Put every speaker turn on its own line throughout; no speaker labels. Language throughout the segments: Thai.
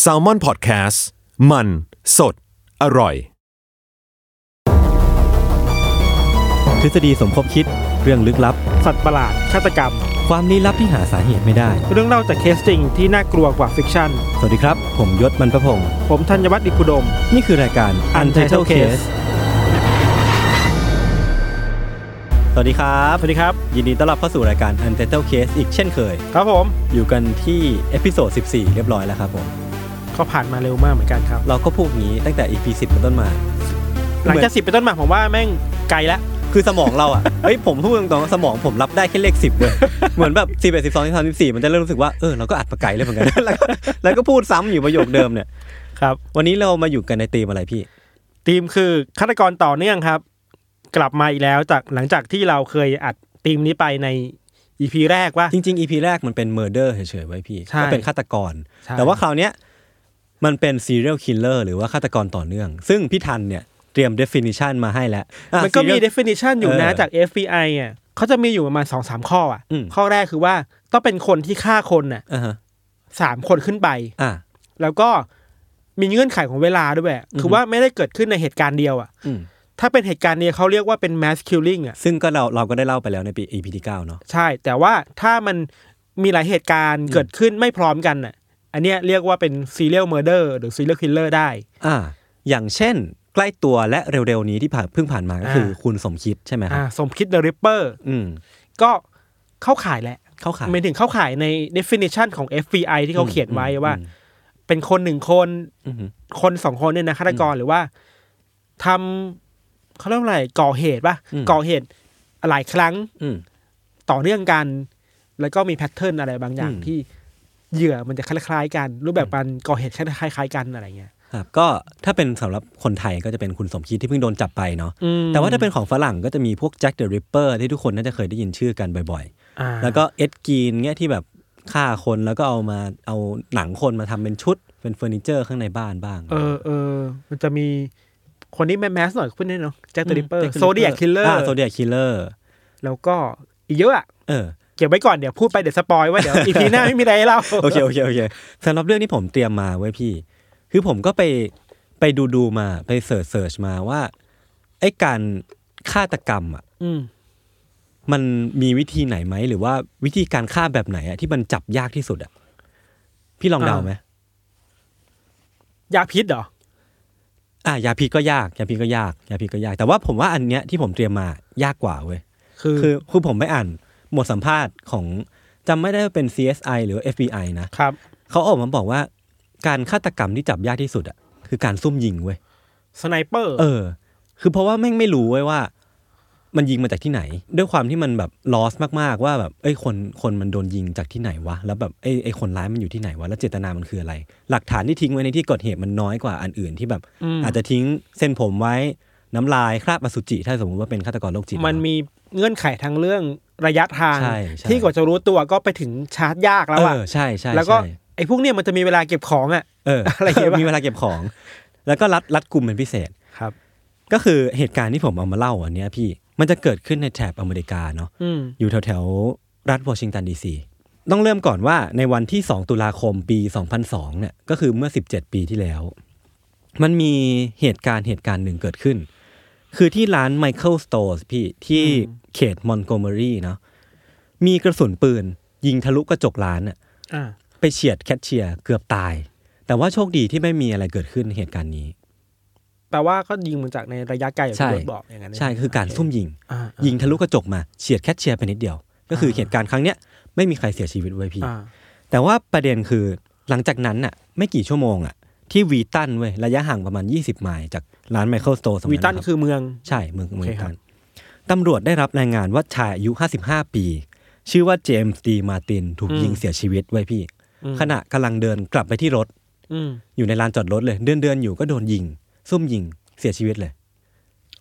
แซลมอนพอดแคสต์มันสดอร่อย
ทฤษฎีสมคบคิด เรื่องลึกลับ
สัตว์ประหลาดฆาตกรรม
ความลี้ลับที่หาสาเหตุไม่ได้
เรื่องเล่าจากเคสจริงที่น่ากลัวกว่าฟิกชั่น
สวัสดีครับ ผมยศมันประพงศ์
ผมธัญวัฒน์อิพุดม
นี่คือรายการ Untitled Case สวัสดีครับ สวัสดีครับ ยินดีต้อนรับเข้าสู่รายการ Untitled Case อีกเช่นเคย
ครับผม
อยู่กันที่เอพิโซด14 เรียบร้อยแล้วครับผม
ก็ผ่านมาเร็วมากเหมือนกันครับ
เราก็พูดอย่างนี้ตั้งแต่ EP 10เป็นต้นมา
หลังจากสิบเป็นต้นมาผมว่าแม่งไกลละ
คือสมองเราอ่ะ เฮ้ยผมพูดตรงๆว่าสมองผมรับได้แค่เลขสิบเลย เหมือนแบบสิบเอ็ดสิบสองสิบสามสิบสี่มันจะเริ่มรู้สึกว่าเออเราก็อัดมาไกลแล้วเหมือนกัน แล้วก็แล้วก็พูดซ้ำอยู่ประโยคเดิมเนี่ย
ครับ
วันนี้เรามาอยู่กันในธีมอะไรพี่
ทีมคือฆาตกรต่อเนื่องครับ กลับมาอีกแล้วจากหลังจากที่เราเคยอัดทีมนี้ไปในอีพีแรกว่า
จริงๆ EP แรกมันเป็น murder เฉยๆไว้พี่
ใช่
ก็เป็นฆาตกร
ใช่
แต่ว่าคราวเนี้ยมันเป็น serial killer หรือว่าฆาตกรต่อเนื่อง ซึ่งพี่ทันเนี่ยเตรียม definition มาให้แล้วอ่ะ
มันก็มี
serial
definition อยู่นะ
เออ
จาก FBI อ่ะเขาจะมีอยู่ประมาณสองสามข้ออ่ะ
อืม
ข้อแรกคือว่าต้องเป็นคนที่ฆ่าคนน่ะ
อ่าฮะ
สามคนขึ้นไป
อ่า
แล้วก็มีเงื่อนไขของเวลาด้วยอะคือว่าไม่ได้เกิดขึ้นในเหตุการณ์เดียวอ่ะ
อืม
ถ้าเป็นเหตุการณ์เนี้ยเขาเรียกว่าเป็น mass killing อ่ะ
ซึ่งก็เราเราก็ได้เล่าไปแล้วในปี EP ที่เก้าเนาะ
ใช่ แต่ว่าถ้ามันมีหลายเหตุการณ์เกิดขึ้นไม่พร้อมกันอ่ะ อันเนี้ยเรียกว่าเป็น serial murder หรือ serial killer ได้
อ่า อย่างเช่น ใกล้ตัวและเร็วๆนี้ที่ผ่านเพิ่งผ่านมาก็คืออา คุณสมคิดใช่ไหมครั
อ่า
บ
สมคิด the ripper
อืม
ก็เข้าข่ายแหละ
เข้าขาย
ไม่ถึงเข้าข่ายใน definition ของ FBI ที่เขาเขียนไว้ว่า เป็นคนหนึ่งคน
อือหือ
คนสองคนเนี่ยนะฆาตกรหรือว่าทำเขาเรียกว่าอะไรก่อเหตุปะ
อืม
ก่อเหตุหลายครั้ง
อืม
ต่อเนื่องกัน แล้วก็มีแพทเทิร์นอะไรบางอย่าง
อืม
ที่เหยื่อมันจะคล้ายๆกัน รูปแบบการก่อเหตุคล้ายๆกันอะไรเงี้ย
ครับก็ถ้าเป็นสำหรับคนไทยก็จะเป็นคุณสมคิดที่เพิ่งโดนจับไปเนาะ
อืม
แต่ว่าถ้าเป็นของฝรั่งก็จะมีพวกแจ็คเดอะริปเปอร์ที่ทุกคนน่าจะเคยได้ยินชื่อกันบ่อย
อ่า
ๆ แล้วก็เอ็ดกีนเงี้ยที่แบบฆ่าคนแล้วก็เอามาเอาหนังคนมาทำเป็นชุดเป็นเฟอร์นิเจอร์ข้างในบ้านบ้าง
เออเออมันจะมีคนที่แมสๆหน่อยพูดได้เนาะแจ็คเดอะริปเปอร์โซเดียคิลเลอร์
โซเดียคิลเลอร์
แล้วก็อีกเยอะอะ
เออ
เก็บไว้ก่อนเดี๋ยวพูดไปเดี๋ยวสปอยว่าเดี๋ยวอีพีหน้าไม่มีอะไรให้เล่า
โอเค โอเค โอเคสำหรับเรื่องที่ผมเตรียมมาไว้ยพี่ คือผมก็ไปไปดูดูๆมาไปเสิร์ชเสิร์ชมาว่าไอ้การฆาตกรรมอ่ะ
อืม
มันมีวิธีไหนไหม หรือว่าวิธีการฆ่าแบบไหนอ่ะที่มันจับยากที่สุดอ่ะพี่ลองเดาไหม
ยาพิษเหรอ
อ่ะยาพิษก็ยากยาพิษก็ยากยาพิษก็ยาก แต่ว่าผมว่าอันเนี้ยที่ผมเตรียมมายากกว่าเว้ย
คือ
คือคือผมไปอ่านบทสัมภาษณ์ของจำไม่ได้ว่าเป็น CSI หรือ FBI นะ
ครับ
เขาออกมาบอกว่าการฆาตกรรมที่จับยากที่สุดอ่ะคือการซุ่มยิงเว้ย
สไนเปอร์
เออ คือเพราะว่าแม่งไม่รู้ไว้ยว่า มันยิงมาจากที่ไหน ด้วยความที่มันแบบลอสมากๆว่าแบบเอ้ยคนคนมันโดนยิงจากที่ไหนวะ แล้วแบบไอ้ยไอ้คนร้ายมันอยู่ที่ไหนวะ แล้วเจตนามันคืออะไร หลักฐานที่ทิ้งไว้ในที่เกิดเหตุมันน้อยกว่าอันอื่นที่แบบ
อืม
อาจจะทิ้งเส้นผมไว้น้ำลายคราบอสุจิ ถ้าสมมติว่าเป็นฆาตกรโรคจิต
มันมีเงื่อนไขทางเรื่องระยะทาง
ใช่ใช่
ที่กว่าจะรู้ตัวก็ไปถึงชาร์จยากแล้ว
เอ
อะ
อใช่ใช่
แล้วก็
ใช่
ไอ้พวกเนี่ยมันจะมีเวลาเก็บของอะ
เออ
อะไรอย่างเงี้ยป่ะ
มีเวลาเก็บของ แล้วก็รัดรัดกลุ่มเป็นพิเศษ
ครับ
ก็คือเหตุการณ์ที่ผมเอามาเล่าอันเนี้ยพี่ มันจะเกิดขึ้นในแถบอเมริกาเนาะ
อืม
อยู่แถวแถวๆรัฐวอชิงตันดีซี ต้องเริ่มก่อนว่าในวันที่ 2 ตุลาคมปี 2002 เนี่ย ก็คือเมื่อ 17 ปีที่แล้ว มันมีเหตุการณ์เหตุการณ์หนึ่งเกิดขึ้น คือที่ร้าน Michael Stores พี่ที่เขตมอนโกเมอรีเนาะ มีกระสุนปืนยิงทะลุกระจกร้านอะ
อ่า
ไปเฉียดแคชเชียร์เกือบตาย แต่ว่าโชคดีที่ไม่มีอะไรเกิดขึ้นเหตุการณ์นี้
แปลว่าก็ยิงมาจากในระยะไกลอย่าง
ใช่
ที่โดนบอกอย่างนั้น
ใช่คือการซุ่มยิง
อ่าอ่า
ยิงทะลุกระจกมาเฉียดแคชเชียร์ไปนิดเดียว ก็คือเหตุการณ์ครั้งเนี้ยไม่มีใครเสียชีวิตไว้ยพี่
อ่า
แต่ว่าประเด็นคือหลังจากนั้นน่ะ ไม่กี่ชั่วโมงอ่ะ ที่วีตันเว้ยระยะห่างประมาณ 20 ไมล์จากร้านไมเคิลสโตร์สมัย
วีตั
นั้น นครับ
คือเมือง
ใช่เมืองเมือง
โอเคครั
ตั
บ
นตำรวจได้รับรายงานว่าชายอายุ 55 ปี ชื่อว่าเจมส์ดีมาร์ตินถูกยิงเสียชีวิตไว้ยพี่ ขณะกำลังเดินกลับไปที่รถ
อืม
อยู่ในลานจอดรถเลย เดินเดินๆอยู่ก็โดนยิง ซุ่มยิงเสียชีวิตเลย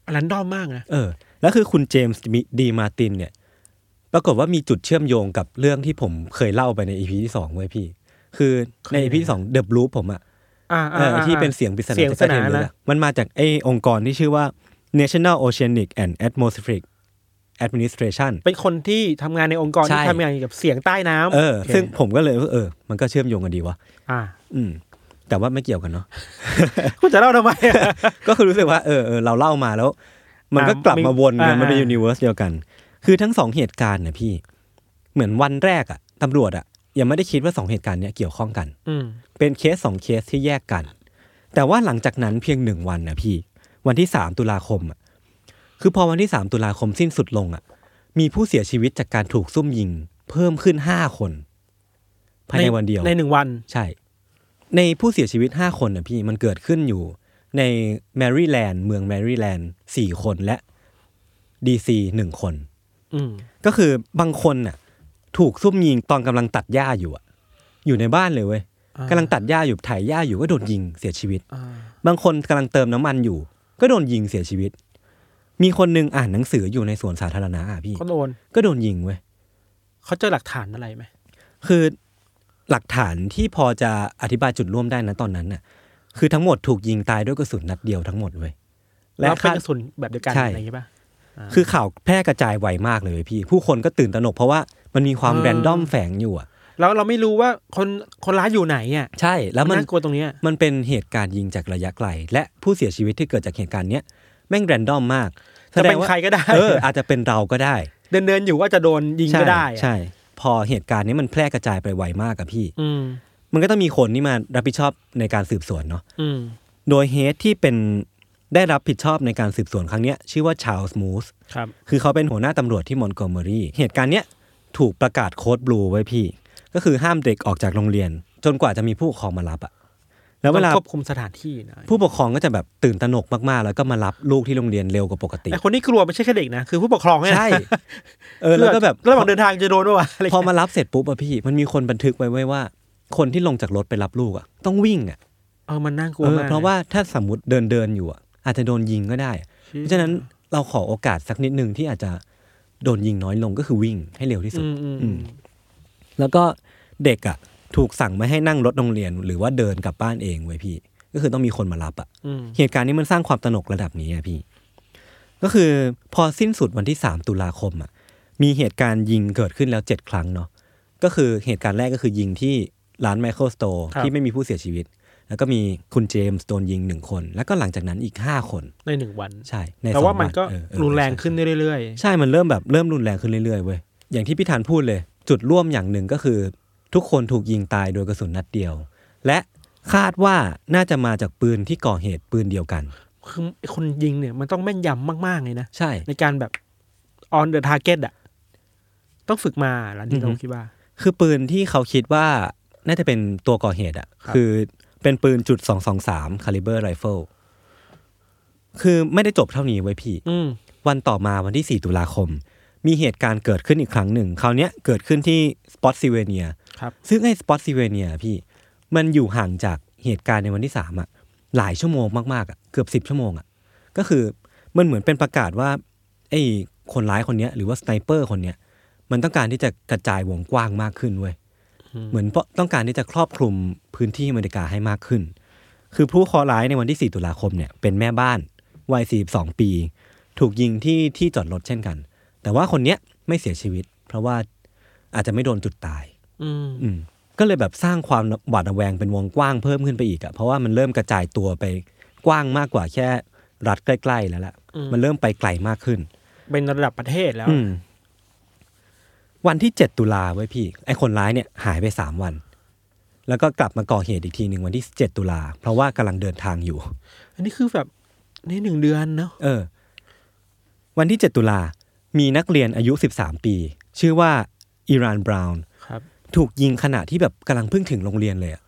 อันนั้นด้อมมากนะ
เออ แล้วคือคุณเจมส์ดีมาร์ตินเนี่ย ปรากฏว่ามีจุดเชื่อมโยงกับเรื่องที่ผมเคยเล่าไปในอีพีที่สองเว้ยพี่ คือในอีพีที่สองเดบลูผมอะ
อ่า
เอออที่เป็นเสียงปริศนา
เสียง
จาก
ส
ใต้
นา
ทะเล
นะ
อะมันมาจากไอองค์กรที่ชื่อว่า National Oceanic and Atmospheric Administration
เป็นคนที่ทำงานในองค์กร
ใช่
ที่ทำงานเกี่ยวกับเสียงใต้น้ำ
เออ
โค
ซึ่งผมก็เลยว่าเออ มันก็เชื่อมโยงกันดีวะ
อ่า
อืม แต่ว่าไม่เกี่ยวกันเนาะ
คุณจะเล่าทำไมอะ
ก็คือรู้สึกว่าเออเออเราเล่ามาแล้ว มันก็
อ่ะ
กลับมาวนกัน
มี
มันเป็น
อ่า
ยูนิเวอร์สเดียวกัน คือทั้งสองเหตุการณ์เนี่ยพี่ เหมือนวันแรกอะตำรวจอะยังไม่ได้คิดว่าสองเหตุการณ์เนี้ยเกี่ยวข้องกัน
อืม
เป็นเคสสองเคสที่แยกกัน แต่ว่าหลังจากนั้นเพียงหนึ่งวันนะพี่ วันที่สามตุลาคมอะคือพอวันที่สามตุลาคมสิ้นสุดลงอะมีผู้เสียชีวิตจากการถูกซุ่มยิง เพิ่มขึ้นห้าคนภายในวันเดียว
ในหนึ่งวัน
ใช่ ในผู้เสียชีวิต 5 คนนะพี่มันเกิดขึ้นอยู่ ในแมรี่แลนด์เมืองแมรี่แลนด์สี่คนและดีซีหนึ่งคน
อืม
ก็คือบางคนน่ะ ถูกซุ่มยิงตอนกำลังตัดหญ้าอยู่อะอยู่ในบ้านเลยเว้ยกำลังตัดหญ้าอยู่ไถ่ายหญ้าอยู่ก็โดนยิงเสียชีวิต
อ่า
บางคนกำลังเติมน้ำมันอยู่ ก็โดนยิงเสียชีวิต มีคนหนึงอ่านหนังสืออยู่ในสวนสาธารณะอะพี่
เขาโดน
ก็โดนยิงเว้ย
เขาเจอหลักฐานอะไรไหม
คือหลักฐานที่พอจะอธิบายจุดร่วมได้นะตอนนั้นน่ะ คือทั้งหมดถูกยิงตายด้วยกระสุนนัดเดียวทั้งหมดเว้ย
แล้วเป็น
คาด
กระสุนแบบเดียวกัน
ใช่
อะไรอย่างงี้ป่ะ
คือข่าวแพร่กระจายไวมากเลยเว้ยพี่ ผู้คนก็ตื่นตระหนกเพราะว่ามันมีความ
อ่า
แรนดอมแฝงอยู่อ่ะ
แล้วเราไม่รู้ว่าคนคนร้ายอยู่ไหนอ่ะ
ใช่แล้วมัน
น่ากลัวตรงเนี้ย
มันเป็นเหตุการณ์ยิงจากระยะไกล และผู้เสียชีวิตที่เกิดจากเหตุการณ์เนี้ยแม่งแรนดอมมาก
จะเป็นใครก็ได้
เอออาจจะเป็นเราก็ได้
เดินเดินๆอยู่ว่าจะโดน ยิงก็ได้อะ
ใช่ พอเหตุการณ์นี้มันแพร่กระจายไปไวมากอะพี่
อืม
มันก็ต้องมีคนที่มารับผิดชอบในการสืบสวนเนาะ
อืม
โดยเฮดที่เป็นได้รับผิดชอบในการสืบสวนครั้งเนี้ยชื่อว่าชาลส์มูส
ครับ
คือเขาเป็นหัวหน้าตำรวจที่มอนโกเมอรีเหตุการณ์เนี้ยถูกประกาศโค้ดบลูไว้พี่ ก็คือห้ามเด็กออกจากโรงเรียน จนกว่าจะมีผู้ปกครองมารับอะแล้วเวลา
ต้องควบคุมสถานที่หนะ
ผู้ปกครองก็จะแบบตื่นตระหนกมากๆ แล้วก็มารับลูกที่โรงเรียนเร็วกว่าปกติ
ไอคนที่กลัวไม่ใช่แค่เด็กนะ คือผู้ปกครองเนี่ยนะ
ใช่ เออแล้วก็แบบ
ระหว่างเดินทางจะโดนด้วยวะอะไร
พอมารับเสร็จปุ๊บอะพี่ มันมีคนบันทึกไว้ไว้ว่า คนที่ลงจากรถไปรับลูกอะต้องวิ่งอะ
เออมันน่ากลัว
เออ
มากน
เพราะว่าถ้าสมมติเดินเดินๆอยู่อะอาจจะโดนยิงก็ได้ เพราะฉะนั้นเราขอโอกาสสักนิดนึงที่อาจจะโดนยิงน้อยลงก็คือวิ่งให้เร็วที่สุด
อืมอืม
อืม แล้วก็เด็กอะถูกสั่งไม่ให้นั่งรถโรงเรียน หรือว่าเดินกลับบ้านเองไว้ยพี่ ก็คือต้องมีคนมารับอะ
อืม
เหตุการณ์นี้มันสร้างความตระหนกระดับนี้อะพี่ ก็คือพอสิ้นสุดวันที่สามตุลาคมอะมีเหตุการณ์ยิงเกิดขึ้นแล้วเจ็ดครั้งเนาะก็คือเหตุการณ์แรกก็คือยิงที่ร้านไมเคิลสโตร์ที่ไม่มีผู้เสียชีวิต แล้วก็มีคุณเจมส์โดนยิงหนึ่งคน แล้วก็หลังจากนั้นอีกห้าคน
ในหนึ่งวัน
ใช่ใน
แต่ว่ามัน
สอง
ก็
เออเออ
รุนแรง
ใช่
ขึ้นเรื่อย
ใช่มันเริ่มแบบเริ่มรุนแรงขึ้นเรื่อยๆเว้ยอย่างที่พี่ธานพูดเลย จุดร่วมอย่างหนึ่งก็คือ ทุกคนถูกยิงตายโดยกระสุนนัดเดียว และคาดว่าน่าจะมาจากปืนที่ก่อเหตุปืนเดียวกัน
ๆ คือไอ้คนยิงเนี่ยมันต้องแม่นยำมากๆเลยนะ
ใช่
ในการแบบ on the target อะต้องฝึกมาหลังที่เราคิดว่า
คือปืนที่เขาคิดว่าน่าจะเป็นตัวก่อเหตุอ่ะ
ครับ
คือเป็นปืนจุดสองสองสามคาลิเบอร์ไรเฟิลคือไม่ได้จบเท่านี้ไว้ยพี่
อืม
วันต่อมาวันที่ 4 ตุลาคม มีเหตุการณ์เกิดขึ้นอีกครั้งหนึ่ง คราวเนี้ยเกิดขึ้นที่สปอตซิเวเนีย
ครับ
ซึ่งไอ้สปอตซิเวเนียพี่ มันอยู่ห่างจากเหตุการณ์ในวันที่สามอะหลายชั่วโมงมากๆอะเกือบสิบ10 ชั่วโมงอะก็คือมันเหมือนเป็นประกาศว่าไอ้คนร้ายคนเนี้ยหรือว่าสไนเปอร์คนเนี้ยมันต้องการที่จะกระจายวงกว้างมากขึ้นเว้ยเหมือนเพราะต้องการที่จะครอบคลุมพื้นที่อเมริกาให้มากขึ้น คือผู้เคอร้ายในวันที่ 4 ตุลาคมเนี่ยเป็นแม่บ้านวัย 42 ปี ถูกยิงที่ที่จอดรถเช่นกัน แต่ว่าคนเนี้ยไม่เสียชีวิต เพราะว่าอาจจะไม่โดนจุดตาย
อืม
อืมก็เลยแบบสร้างความหวาดระแวงเป็นวงกว้างเพิ่มขึ้นไปอีกอะเพราะว่ามันเริ่มกระจายตัวไปกว้างมากกว่าแค่รัฐใกล้ๆแล้วล่ะ มันเริ่มไปไกลมากขึ้น
เป็นระดับประเทศแล้ว
อืมวันที่เจ็ดตุลาไว้ยพี่ ไอคนร้ายเนี่ยหายไปสามวัน แล้วก็กลับมาก่อเหตุอีกทีหนึ่งวันที่ 7 ตุลา เพราะว่ากำลังเดินทางอยู่
อันนี้คือแบบในหนึ่งเดือนเนาะ
เออ วันที่ 7 ตุลา มีนักเรียนอายุ 13 ปี ชื่อว่าอิรานบราวน์
ครับ
ถูกยิงขณะที่แบบกำลังเพิ่งถึงโรงเรียนเลยอะ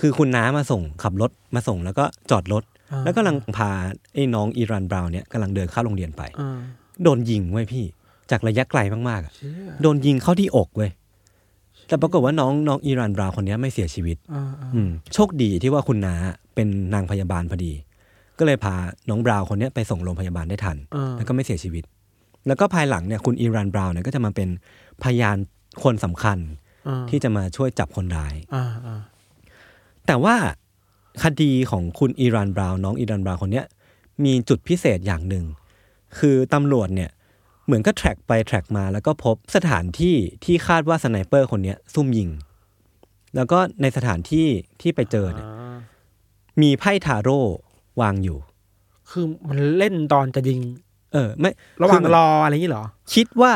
คือคุณน้ามาส่งขับรถมาส่งแล้วก็จอดรถ
อ่า
แล้วก็กำลังพาไอ้น้องอิรานบราวน์เนี่ยกำลังเดินเข้าโรงเรียนไป
อ่า
โดนยิงเว้ยพี่ จากระยะไกลมากๆอะ
เชี่ย
โดนยิงเข้าที่อกเว้ย แต่ปรากฏว่าน้องน้องอิรานบราวน์คนเนี้ยไม่เสียชีวิต
อ่าอ่า
อืมโชคดีที่ว่าคุณน้าเป็นนางพยาบาลพอดี ก็เลยพาน้องบราวน์คนเนี้ยไปส่งโรงพยาบาลได้ทัน
อ่า
แล้วก็ไม่เสียชีวิต แล้วก็ภายหลังเนี่ยคุณอิรานบราวน์เนี่ยก็จะมาเป็นพยานคนสำคัญ
อ่า
ที่จะมาช่วยจับคนร้าย
อ่าอ่า
แต่ว่าคดีของคุณอิรานบราวน์น้องอิรานบราวน์คนเนี้ยมีจุดพิเศษอย่างหนึ่ง คือตำรวจเนี่ยเหมือนก็แทร็กไปแทร็กมา แล้วก็พบสถานที่ที่คาดว่าสไนเปอร์คนเนี้ยซุ่มยิง แล้วก็ในสถานที่ที่ไปเจอเนี่ย
อ่า
มีไพ่ทาโร่วางอยู่
คือมันเล่นตอนจะยิง
เออไม่
ระหว่าง
คือ
รออะไรอย่างนี้เหรอ
คิดว่า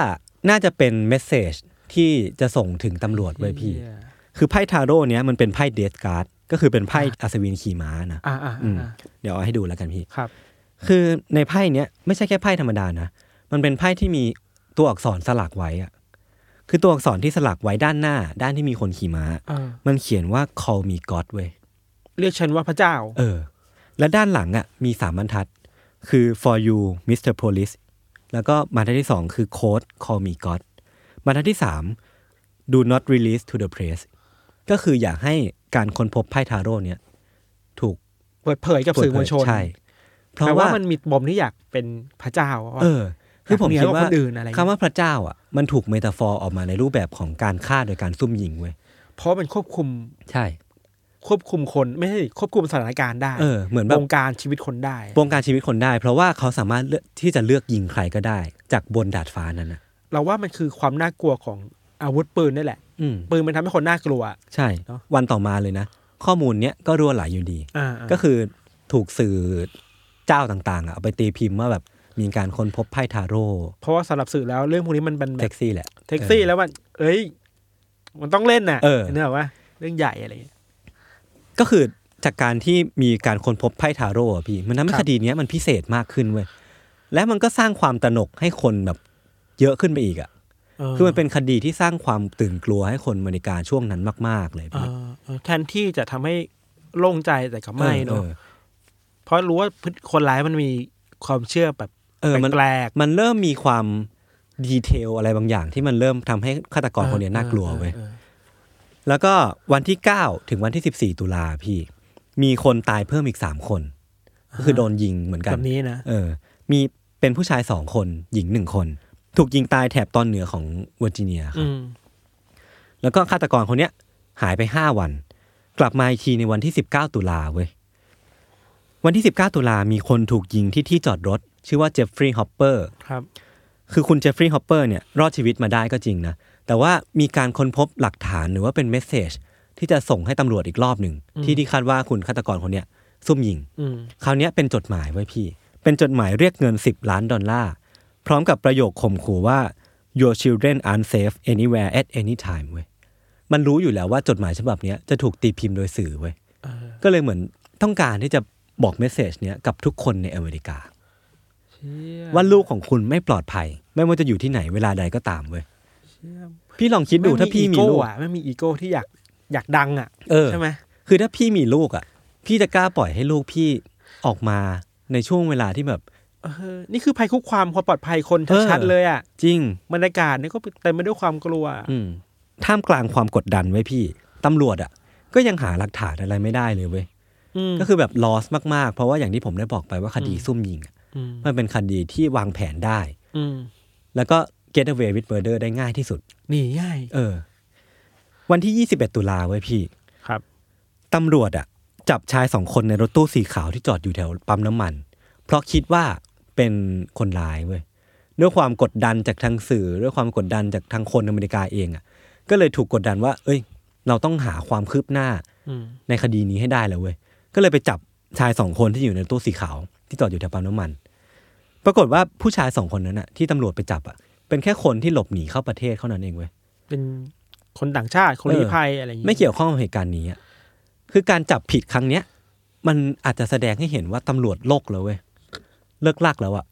น่าจะเป็นเมสเซจที่จะส่งถึงตำรวจเว้ยพี่
เชี่ย
คือไพ่ทาโร่เนี้ยมันเป็นไพ่เดสการ์ดก็คือเป็นไพ่อัศวินขี่ม้านะ
อ่าอ่า
อืม
อ่า
เดี๋ยวเอาให้ดูแล้วกันพี่
ครับ
คือในไพ่เนี้ยไม่ใช่แค่ไพ่ธรรมดานะ มันเป็นไพ่ที่มีตัวอักษรสลักไว้อะคือตัวอักษรที่สลักไว้ด้านหน้า ด้านที่มีคนขี่ม้า
อ่า
มันเขียนว่า call me god เว้ย
เรียกฉันว่าพระเจ้า
เออ และด้านหลังอ่ะมีสามบรรทัด คือ for you Mr. Police แล้วก็บรรทัดที่สองคือ code call me god บรรทัดที่สาม do not release to the press ก็คืออยากให้การค้นพบไพ่ทาโร่เนี้ยถูก
เปิดเผยกับสื่อมวลชน
ใช่ เพราะ
แปล
ว่า
ว่ามันมีบ่มที่อยากเป็นพระเจ้าว่า
เออ คือผม
เหนือ
คิด
กว่า
ว่า
คนอื่นอะไรอย่างเงี้ย
คำว่าพระเจ้าอ่ะ มันถูกเมตาฟอร์ออกมาในรูปแบบของการฆ่าโดยการซุ่มยิงเว้ย
เพราะมันควบคุม
ใช่
ควบคุมคนไม่ใช่ควบคุมสถานการณ์ได้
เออ เหมือนแบบ บ
งการชีวิตคนได้
บงการชีวิตคนได้ เพราะว่าเขาสามารถเลือกที่จะเลือกยิงใครก็ได้ จากบนดาดฟ้านั้นนะ
เราว่ามันคือความน่ากลัวของอาวุธปืนนี่แหละ
อืม
ปืนมันทำให้คนน่ากลัว
ใช่
เนอะ
วันต่อมาเลยนะ ข้อมูลเนี้ยก็รั่วไหลอยู่ดี
อ่า
ก็คือถูกสื่อเจ้าต่างๆอ่ะเอาไปตีพิมพ์ว่าแบบมีการค้นพบไพ่ทาโร่
เพราะว่าสำหรับสื่อแล้วเรื่องพวกนี้มันเป็นแบ
แท็
บ
กซี่แหละ
แท็กซี่แล้วมันเอ้ย มันต้องเล่นน่ะ
เออ
เนื้อว่าเรื่องใหญ่อะไรอย่างเงี้ย
ก็คือจากการที่มีการค้นพบไพ่ทาโร่อะพี่ มันทำให้
ครับ
คดีเนี้ยมันพิเศษมากขึ้นเว้ยและมันก็สร้างความตระหนกให้คนแบบเยอะขึ้นไปอีกอะ่ะคือมันเป็นคดีที่สร้างความตื่นกลัวให้คนอเมริกาช่วงนั้นมาก ๆ เลย
เอ
พี่
อเออแทนที่จะทำให้โล่งใจแต่ก็ไม่เน
ออ
อะเพราะรู้ว่าพฤติคนร้ายมันมีความเชื่อแบบ
เออมัน
แปลก
มันเริ่มมีความดีเทลอะไรบางอย่าง ที่มันเริ่มทำให้ฆาตกรคนเนี้ยน่ากลัวเว้ย
ออออ
แล้วก็วันที่ 9 ถึงวันที่ 14 ตุลาพี่ มีคนตายเพิ่มอีก 3 คน ก็คือโดนยิงเหมือน
แบ
กัน
บนี้นะ
เออ มีเป็นผู้ชายสองคน หญิงหนึ่งคน ถูกยิงตายแถบตอนเหนือของเวอร์จิเนียค
อื
รับ
ม
แล้วก็ฆาตกรคนเนี้ย หายไปห้าวัน กลับมาอีกทีในวันที่สิบเก้าตุลาเว้ย วันที่สิบเก้าตุลามีคนถูกยิงที่ที่จอดรถ ชื่อว่าเจฟฟรีย์ฮอปเปอร์
ครับ
คือคุณเจฟฟรีย์ฮอปเปอร์เนี่ยรอดชีวิตมาได้ก็จริงนะ แต่ว่ามีการค้นพบหลักฐานหรือว่าเป็นเมสเซจที่จะส่งให้ตำรวจอีกรอบหนึ่ง ที่ที่คาดว่าคุณฆาตกรคนเนี้ยซุ่มยิง
อืม
คราวเนี้ยเป็นจดหมายไว้ยพี่ เป็นจดหมายเรียกเงิน 10 ล้านดอลลาร์ พร้อมกับประโยคข่มขู่ว่า your children aren't safe anywhere at any time เว้ย มันรู้อยู่แล้วว่าจดหมายฉบับเนี้ยจะถูกตีพิมพ์โดยสื่อเว้ย ก็เลยเหมือนต้องการที่จะบอกเมสเซจเนี้ยกับทุกคนในอเมริกา ว่าลูกของคุณไม่ปลอดภัย ไม่ว่าจะอยู่ที่ไหนเวลาใดก็ตามเว้ย พี่ลองคิดดูถ้าพี่มี
ไอี
ลู
โก้
ก
อะไม่มีอีโก้ที่อยากอยากดังอ่ะ
เออ
ใช่ไหม
คือถ้าพี่มีลูกอ่ะ พี่จะกล้าปล่อยให้ลูกพี่ออกมาในช่วงเวลาที่แบบ
เออนี่คือภัยคุกความความปลอดภัยคน
เออ
ชัดๆเลยอ่ะ
จริง
บรรยากาศเนี่ยก็เต็มไปด้วยความกลัว
อืมท่ามกลางความกดดันไว้ยพี่ ตำรวจอ่ะ ก็ยังหาหลักฐานอะไรไม่ได้เลยเว้ย
อืม
ก็คือแบบลอสมากๆ เพราะว่าอย่างที่ผมได้บอกไปว่าคดีซุ่มยิงอะ
ม
มันเป็นคดีที่วางแผนได้
อืม
แล้วก็ get away with murder ได้ง่ายที่สุด
หนีง่าย
เออ วันที่ 21 ตุลาเว้ยพี่
ครับ
ตำรวจอ่ะ จับชายสองคนในรถตู้สีขาวที่จอดอยู่แถวปั๊มน้ำมัน เพราะคิดว่าเป็นคนร้ายเว้ยด้วยความกดดันจากทางสื่อด้วยความกดดันจากทางคนอเมริกาเองอ่ะ ก็เลยถูกกดดันว่า เอ้ย เราต้องหาความคืบหน้า
อืม
ในคดีนี้ให้ได้แล้วเว้ยก็เลยไปจับชายสองคนที่อยู่ในรถตู้สีขาวที่จอดอยู่แถวปั๊มน้ำมัน ปรากฏว่าผู้ชายสองคนนั้นอ่ะที่ตำรวจไปจับอ่ะเป็นแค่คนที่หลบหนีเข้าประเทศเท่านั้นเองเว้ย
เป็น คนต่างชาติคนลี้ภัยอะไรอย่าง
ไม่
งี้
เกี่ยวข้องกับเหตุการณ์นี้อะคือการจับผิดครั้งเนี้ย มันอาจจะแสดงให้เห็นว่าตำรวจโลกแล้วเว้ย เลิกลากแล้วอะ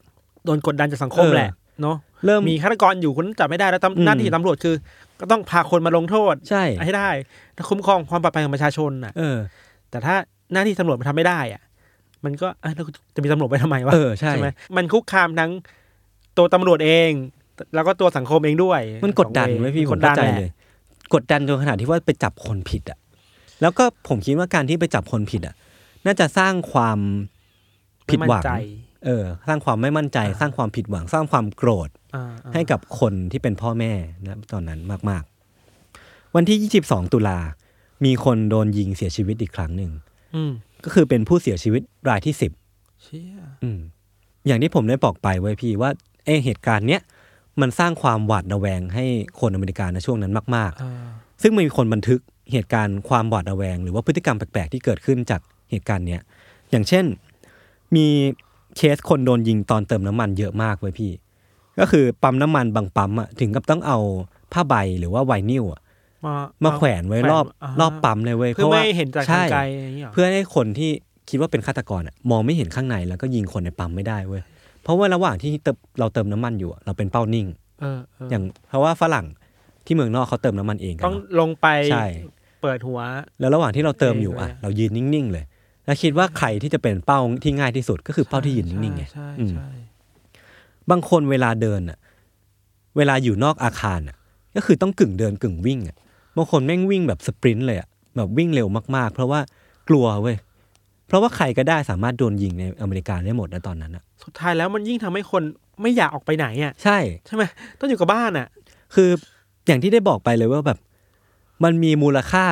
โดนกดดันจากสังคม
เออ
แหละเนาะ
เริ่ม
มีฆาตกรอยู่คนจับไม่ได้แล้วตำ
อืม
หน้าที่ตำรวจคือ ก็ต้องพาคนมาลงโทษ
ใช่
ให้ได้และคุ้มครองความปลอดภัยของประชาชนน่ะ
เออ
แต่ถ้าหน้าที่ตำรวจมันทำไม่ได้อะมันก็เอ้ยเราจะมีตำรวจไปทำไมวะ
เออใช่
ไหมมันคุกคามทั้งตัวตำรวจเอง แล้วก็ตัวสังคมเองด้วย
มันกดดัน
สอง
ไว้ยพี่ผ
ก
ม
ดดั
เข้าน ใจ
แหละ
เลย กดดันจนขนาดที่ว่าไปจับคนผิดอะแล้วก็ผมคิดว่าการที่ไปจับคนผิดอะน่าจะสร้างความผิดหวัง
ไม่มั่นใจ
เออ สร้างความไม่มั่นใจ
อ่า
สร้างความผิดหวัง สร้างความโกรธ
อ่าๆ
ให้กับคนที่เป็นพ่อแม่นะตอนนั้นมากๆ วันที่ 22 ตุลา มีคนโดนยิงเสียชีวิตอีกครั้งหนึ่ง
อืม
ก็คือเป็นผู้เสียชีวิตรายที่ 10
เชี่ย
อืมอย่างที่ผมได้บอกไปไว้พี่ว่าเอยเหตุการณ์เนี้ยมันสร้างความหวาดระแวงให้คนอเมริกันในช่วงนั้นมาก
อ่า
ๆ ซึ่งมีคนบันทึกเหตุการณ์ความหวาดระแวง หรือว่าพฤติกรรมแปลกๆที่เกิดขึ้นจากเหตุการณ์เนี้ยอย่างเช่น มีเคสคนโดนยิงตอนเติมน้ำมันเยอะมากเว้ยพี่ ก็คือปั๊มน้ำมันบางปั๊มอะถึงกับต้องเอาผ้าใบหรือว่าไวนิลอะ
มา
มาแขวนไว้รอบ
อ่าร ร
อบปั๊มเลยเว้ย
เพื่อ
ราะ
ไม่
ว่า
ให้เห็นจากทาง
ใช่
ไกลอย่างเงี้ยหรอ
เพื่อให้คนที่คิดว่าเป็นฆาตกรอะมองไม่เห็นข้างในแล้วก็ยิงคนในปั๊มไม่ได้เว้ยเพราะว่าระหว่างที่เติมเราเติมน้ำมันอยู่อะเราเป็นเป้านิ่ง
เออเออ
อย่างเพราะว่าฝรั่งที่เมืองนอกเขาเติมน้ำมันเองกัน
ต้อง
เนาะ
ลงไป
ใช่
เปิดหัว
แล้วระหว่างที่เราเติมอยู่อะ
เองเลย
เรายืนนิ่งๆเลย แล้วคิดว่าใครที่จะเป็นเป้าที่ง่ายที่สุดก็คือเป้าที่ยืนนิ่งๆไง
ใช่
อืม
ใช่
บางคนเวลาเดินอะเวลาอยู่นอกอาคารอะก็คือต้องกึ่งเดินกึ่งวิ่งอะบางคนแม่งวิ่งแบบสปรินต์เลยอะแบบวิ่งเร็วมากๆ เพราะว่ากลัวเว้ยเพราะว่าใครก็ได้สามารถโดนยิงในอเมริกาได้หมดนะตอนนั้นอะ
สุดท้ายแล้วมันยิ่งทำให้คนไม่อยากออกไปไหนอ่ะ
ใช่
ใช่ไหมต้องอยู่กับบ้านอ่ะ
คืออย่างที่ได้บอกไปเลยว่าแบบ มันมีมูลค่า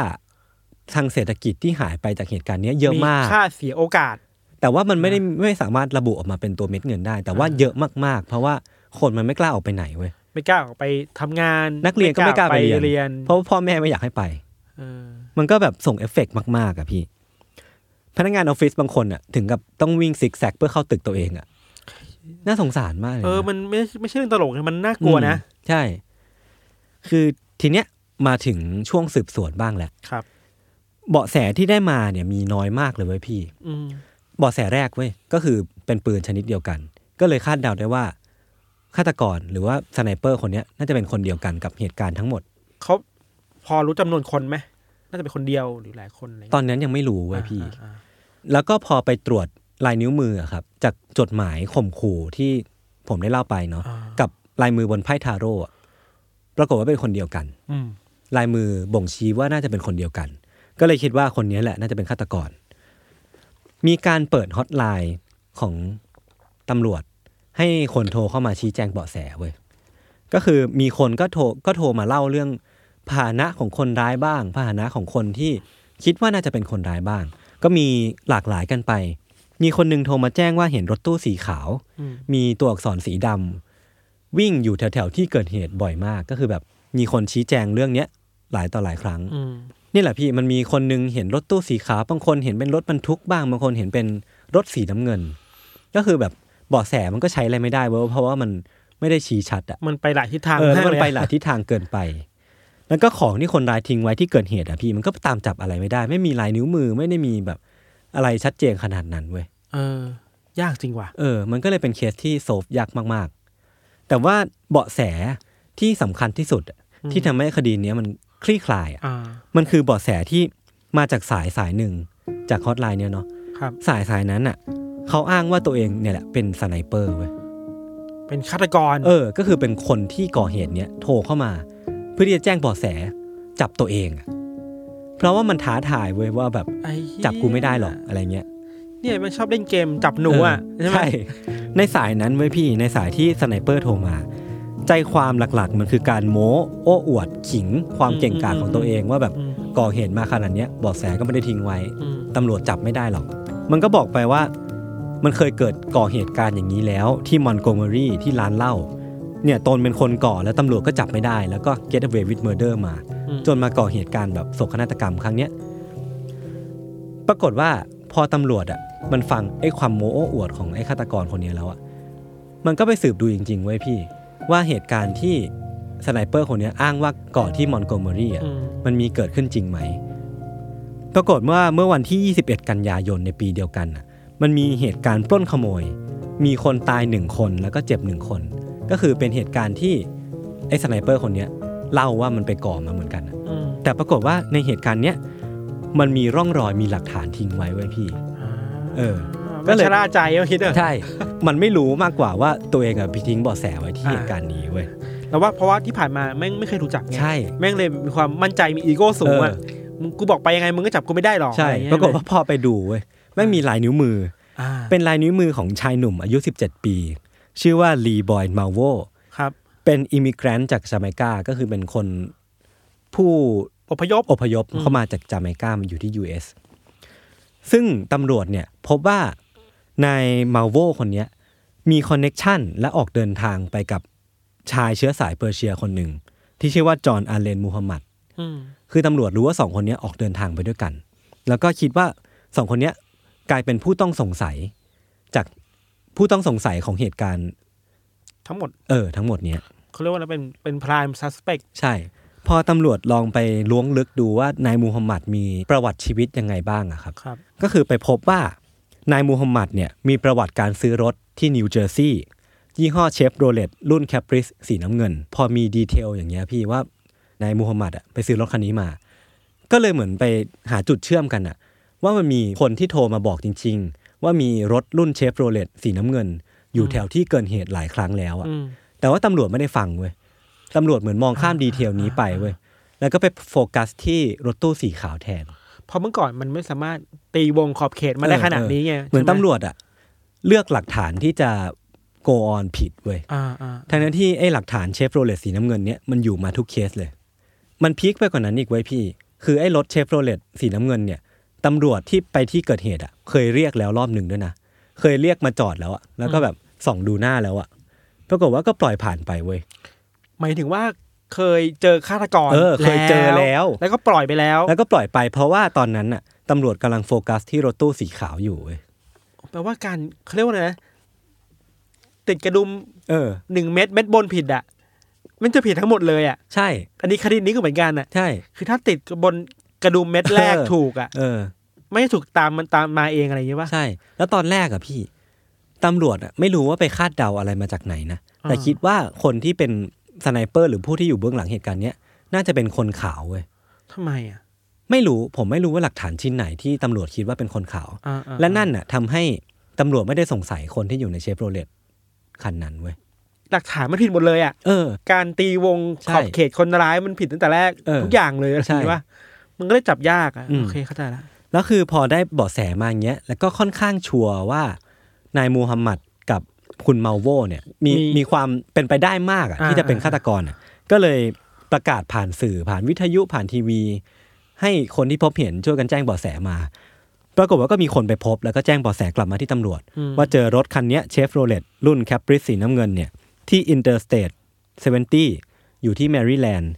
ทางเศรษฐกิจที่หายไปจากเหตุการณ์เนี้ยเยอะมาก
ค่าเสียโอกาส
แต่ว่ามันไม่ได้ไม่สามารถระบุออกมาเป็นตัวเม็ดเงินได้ แต่ว่าเยอะมากๆ เพราะว่าคนมันไม่กล้าออกไปไหนเว้ย
ไม่กล้าออกไปทำงาน
นักเรียนก็ไม่กล้าไปเรียน เพ
เพราะ
ราะว่าพ่อแม่ไม่อยากให้ไป มันก็แบบส่งเอฟเฟกต์มากๆอะพี่ พนักงานออฟฟิศบางคนอะถึงกับต้องวิ่งซิกแซกเพื่อเข้าตึกตัวเองอะน่าสงสารมากเลย
เออ
นะ
มันไม่ไม่ใช่เรื่องตลกนะมันน่ากลัวนะ
อืมใช่ คือทีเนี้ยมาถึงช่วงสืบสวนบ้างแหละ
ครับ
เบาะแสที่ได้มาเนี่ยมีน้อยมากเลยเว้ยพี่
อืม
เบาะแสแรกเว้ยก็คือเป็นปืนชนิดเดียวกัน ก็เลยคาดเดาได้ว่าฆาตกรหรือว่าสไนเปอร์คนเนี้ยน่าจะเป็นคนเดียวกันกับเหตุการณ์ทั้งหมด
เขาพอรู้จำนวนคนไหมน่าจะเป็นคนเดียวหรือหลายคนอะไร
ตอนนั้นยังไม่รู้เว้ยพี่
อ่าอ่าอ่า
แล้วก็พอไปตรวจลายนิ้วมืออะครับ จากจดหมายข่มขู่ที่ผมได้เล่าไปเนาะกับลายมือบนไพ่ทาโร่อะปรากฏว่าเป็นคนเดียวกัน
อืม
ลายมือบ่งชี้ว่าน่าจะเป็นคนเดียวกัน ก็เลยคิดว่าคนนี้แหละน่าจะเป็นฆาตกร มีการเปิดฮอตไลน์ของตำรวจ ให้คนโทรเข้ามาชี้แจงเบาะแสเว้ย ก็คือมีคนก็โทรก็โทรมาเล่าเรื่องพาหนะของคนร้ายบ้าง พาหนะของคนที่คิดว่าน่าจะเป็นคนร้ายบ้าง ก็มีหลากหลายกันไป มีคนหนึงโทรมาแจ้งว่าเห็นรถตู้สีขาว
อืม
มีตัวอักษรสีดำวิ่งอยู่แถวๆที่เกิดเหตุบ่อยมากก็คือแบบมีคนชี้แจงเรื่องเนี้ยหลายต่อหลายครั้ง
อืม
นี่แหละพี่มันมีคนหนึงเห็นรถตู้สีขาวบางคนเห็นเป็นรถบรรทุกบ้างบางคนเห็นเป็นรถสีน้ำเงิน ก็คือแบบเบาะแสมันก็ใช้อะไรไม่ได้เว้ยเพราะว่ามันไม่ได้ชี้ชัดอะ
มันไปหลายทิศทาง
เออแล้วมัน
าก
ไป
เยอะ
หลายทิศทางเกินไป แล้วก็ของที่คนร้ายทิ้งไว้ที่เกิดเหตุอะพี่มันก็ตามจับอะไรไม่ได้ ไม่มีลายนิ้วมือไม่ได้มีแบบอะไรชัดเจนขนาดนั้นเว้ย
เออ ยากจริงว่ะ
เออ มันก็เลยเป็นเคสที่โซฟยากมากๆ แต่ว่าเบาะแสที่สำคัญที่สุดอะที่ทำให้คดีเนี้ยมันคลี่คลายอะ
อ่า
มันคือเบาะแสที่มาจากสายสายหนึ่งจากฮอตไลน์เนี่ยเนาะ
ครับ
สายสายนั้นอ่ะ เขาอ้างว่าตัวเองเนี่ยแหละเป็นสไนเปอร์เว้ย
เป็นฆาตกร
เออ ก็คือเป็นคนที่ก่อเหตุเนี้ยโทรเข้ามา เพื่อที่จะแจ้งเบาะแสจับตัวเองอะเพราะว่ามันท้าทายเว้ยว่าแบบ
ไอ้เหี้ย
จับกูไม่ได้หรอกอะไรเงี้ย
เนี่ยมันชอบเล่นเกมจับหนูอ่ะ
เ
ใช่ไหม
ในสายนั้นเว้ยพี่ในสายที่สไนเปอร์โทรมา ใจความหลักๆ มันคือการโม้โอ้อวดขิง ความเก่งกาจของตัวเองว่าแบบ
อืม
ก่อเหตุมาขนาดเนี้ยเบาะแสก็ไม่ได้ทิ้งไว้
อืม
ตำรวจจับไม่ได้หรอก มันก็บอกไปว่า มันเคยเกิดก่อเหตุการณ์อย่างนี้แล้ว ที่มอนโกเมอรี่ที่ร้านเหล้าเนี่ยตนเป็นคนก่อแล้วตำรวจก็จับไม่ได้ แล้วก็ get away with murder มา
อืม
จนมาก่อเหตุการณ์แบบโศกนาฏกรรมครั้งเนี้ย ปรากฏว่าพอตำรวจอ่ะ มันฟังไอ้ความโม้โอ้อวดของไอ้ฆาตกรคนเนี้ยแล้วอ่ะ มันก็ไปสืบดูจริงๆไว้ยพี่ ว่าเหตุการณ์ที่ สไนเปอร์คนเนี้ยอ้างว่าเกาะที่มอนโกเมอรี่อ่ะ
อืม
มันมีเกิดขึ้นจริงไหม ปรากฏว่าเมื่อวันที่ 21 กันยายนในปีเดียวกันน่ะ มันมีเหตุการณ์ปล้นขโมย มีคนตายหนึ่งคนแล้วก็เจ็บหนึ่งคน ก็คือเป็นเหตุการณ์ที่ไอ้สไนเปอร์คนเนี้ยเล่าว่ามันไปก่อมาเหมือนกันน่ะ
อืม
แต่ปรากฏว่าในเหตุการณ์เนี้ยมันมีร่องรอยมีหลักฐานทิ้งไว้ไว้ยพี่ เออ ก็
ก็
เลย
ชะล่าใจก็คิดเออ
ใช่ มันไม่รู้มากกว่าว่าตัวเองอะไปทิ้งเบาะแสไว้ที่
อ่า
เหตุการณ์นี้เว้ย
แล้วว่าเพราะว่าที่ผ่านมาแม่งไม่เคยรู้จักไง
ใช่
แม่งเลยมีความมั่นใจมีอีโก้สูงอ่ะ
เออ
มึงกูบอกไปยังไงมึงก็จับกูไม่ได้หรอก
ใช่
อไอย่งเงี้ย
ปรากฏว่าพอไปดูเว้ยแม่งมีลายนิ้วมือ
อ่า
เป็นลายนิ้วมือของชายหนุ่มอายุ 17 ปี ชื่อว่าลีบอยมาโว
ครับ
เป็นอิมิเกรนต์จากจาเมกา ก็คือเป็นคนผู้
อพยพ
อพยพเข้ามาจากจาเมกามาอยู่ที่ US ซึ่งตำรวจเนี่ยพบว่านายมาโวคนเนี้ยมีคอนเน็กชันและออกเดินทางไปกับชายเชื้อสายเปอร์เซียคนหนึ่ง ที่ชื่อว่าจอห์นอาเลนมูฮัมหมัด
อืม
คือตำรวจรู้ว่าสองคนเนี้ยออกเดินทางไปด้วยกัน แล้วก็คิดว่าสองคนเนี้ยกลายเป็นผู้ต้องสงสัย จากผู้ต้องสงสัยของเหตุการณ์
ทั้งหมด
เออ ทั้งหมดเนี้ย
เขาเรียกว่าอะไรเป็นเป็นพรายซัสเปก
ใช่ พอตำรวจลองไปล้วงลึกดูว่านายมูฮัมหมัดมีประวัติชีวิตยังไงบ้างอะครับ
ครับ
ก็คือไปพบว่านายมูฮัมหมัดเนี่ยมีประวัติการซื้อรถที่นิวเจอร์ซีย์ยี่ห้อเชฟโรเลตรุ่นแคปริสสีน้ำเงิน พอมีดีเทลอย่างเงี้ยพี่ว่านายมูฮัมหมัดอะไปซื้อรถคันนี้มา ก็เลยเหมือนไปหาจุดเชื่อมกันอะว่ามันมีคนที่โทรมาบอกจริง ๆ ว่ามีรถรุ่นเชฟโรเลตสีน้ำเงิน อยู่แถวที่เกิดเหตุหลายครั้งแล้วอะ
อืม
แต่ว่าตำรวจไม่ได้ฟังเว้ย ตำรวจเหมือนมองข้ามดีเทลนี้ไปเว้ย แล้วก็ไปโฟกัสที่รถตู้สีขาวแทน
เพราะเมื่อก่อนมันไม่สามารถตีวงขอบเขตมาได้
เออ
ขนาดนี้ไง
เหมือน
ใช่ไ
ตำรวจอะเลือกหลักฐานที่จะ go on ผิดเว้ย
อ่าอ่า
ทั้งนั้นที่ไอ้หลักฐานเชฟโรเลตสีน้ำเงินเนี่ยมันอยู่มาทุกเคสเลย มันพีคไปกว่านั้นอีกเว้ยพี่ คือไอ้รถเชฟโรเลตสีน้ำเงินเนี่ยตำรวจที่ไปที่เกิดเหตุอะเคยเรียกแล้วรอบหนึ่งด้วยนะ เคยเรียกมาจอดแล้วอะแล้วก็แบบส่องดูหน้าแล้วอะปรากฏว่าก็ปล่อยผ่านไปเว้ย
หมายถึงว่าเคยเจอฆาตกร
เออเคยเจอแล้ว
แล้วก็ปล่อยไปแล้ว
แล้วก็ปล่อยไปเพราะว่าตอนนั้นน่ะตำรวจกำลังโฟกัสที่รถตู้สีขาวอยู่เว้ย
แปลว่าการเขาเรียกว่าอะไรนะติดกระดุม
เออ
หนึ่งเม็ดเม็ดบนผิดอ่ะมันจะผิดทั้งหมดเลยอ่ะ
ใช่
อันนี้คดีนี้ก็เหมือนกันอ่ะ
ใช่
คือถ้าติดบนกระดุมเม็ดแรก
เออ
ถูกอ่ะ
เออ
ไม่ถูกตามมันตามมาเองอะไรอย่างเงี้ยป่ะ
ใช่ แล้วตอนแรกอะพี่ตำรวจอะไม่รู้ว่าไปคาดเดาอะไรมาจากไหนนะแต่
อ่า
คิดว่าคนที่เป็นสไนเปอร์หรือผู้ที่อยู่เบื้องหลังเหตุการณ์เนี้ยน่าจะเป็นคนขาวเว้ย
ทำไมอ่ะ
ไม่รู้ผมไม่รู้ว่าหลักฐานชิ้นไหนที่ตำรวจคิดว่าเป็นคนขาว
อ่าอ่า
และนั่นน่ะทำให้ตำรวจไม่ได้สงสัยคนที่อยู่ในเชฟโรเลตคันนั้นเว้ย
หลักฐานมันผิดหมดเลยอ่ะ
เออ
การตีวง
ใช่
ขอบเขตคนร้ายมันผิดตั้งแต่แรก
เออ
ทุกอย่างเลยอะไรอย่างเงี้ย
ใช่
ป่ะมันก็เลยจับยากอ่ะ
อืม
โอเคเข้าใจละ
แล้วคือพอได้เบาะแสมาอย่างเงี้ย แล้วก็ค่อนข้างชัวร์ว่านายมูฮัมหมัดกับคุณเมาโวเนี่ยมีมีความเป็นไปได้มากอะที่จะเป็นฆาตกรอะก็เลยประกาศผ่านสื่อผ่านวิทยุผ่านทีวี ให้คนที่พบเห็นช่วยกันแจ้งเบาะแสมา ปรากฏว่าก็มีคนไปพบ แล้วก็แจ้งเบาะแสกลับมาที่ตำรวจ ว่าเจอรถคันเนี้เชฟโรเลตรุ่นแคปริสสีน้ำเงินเนี่ยที่อินเตอร์สเตท70 อยู่ที่แมริแลนด์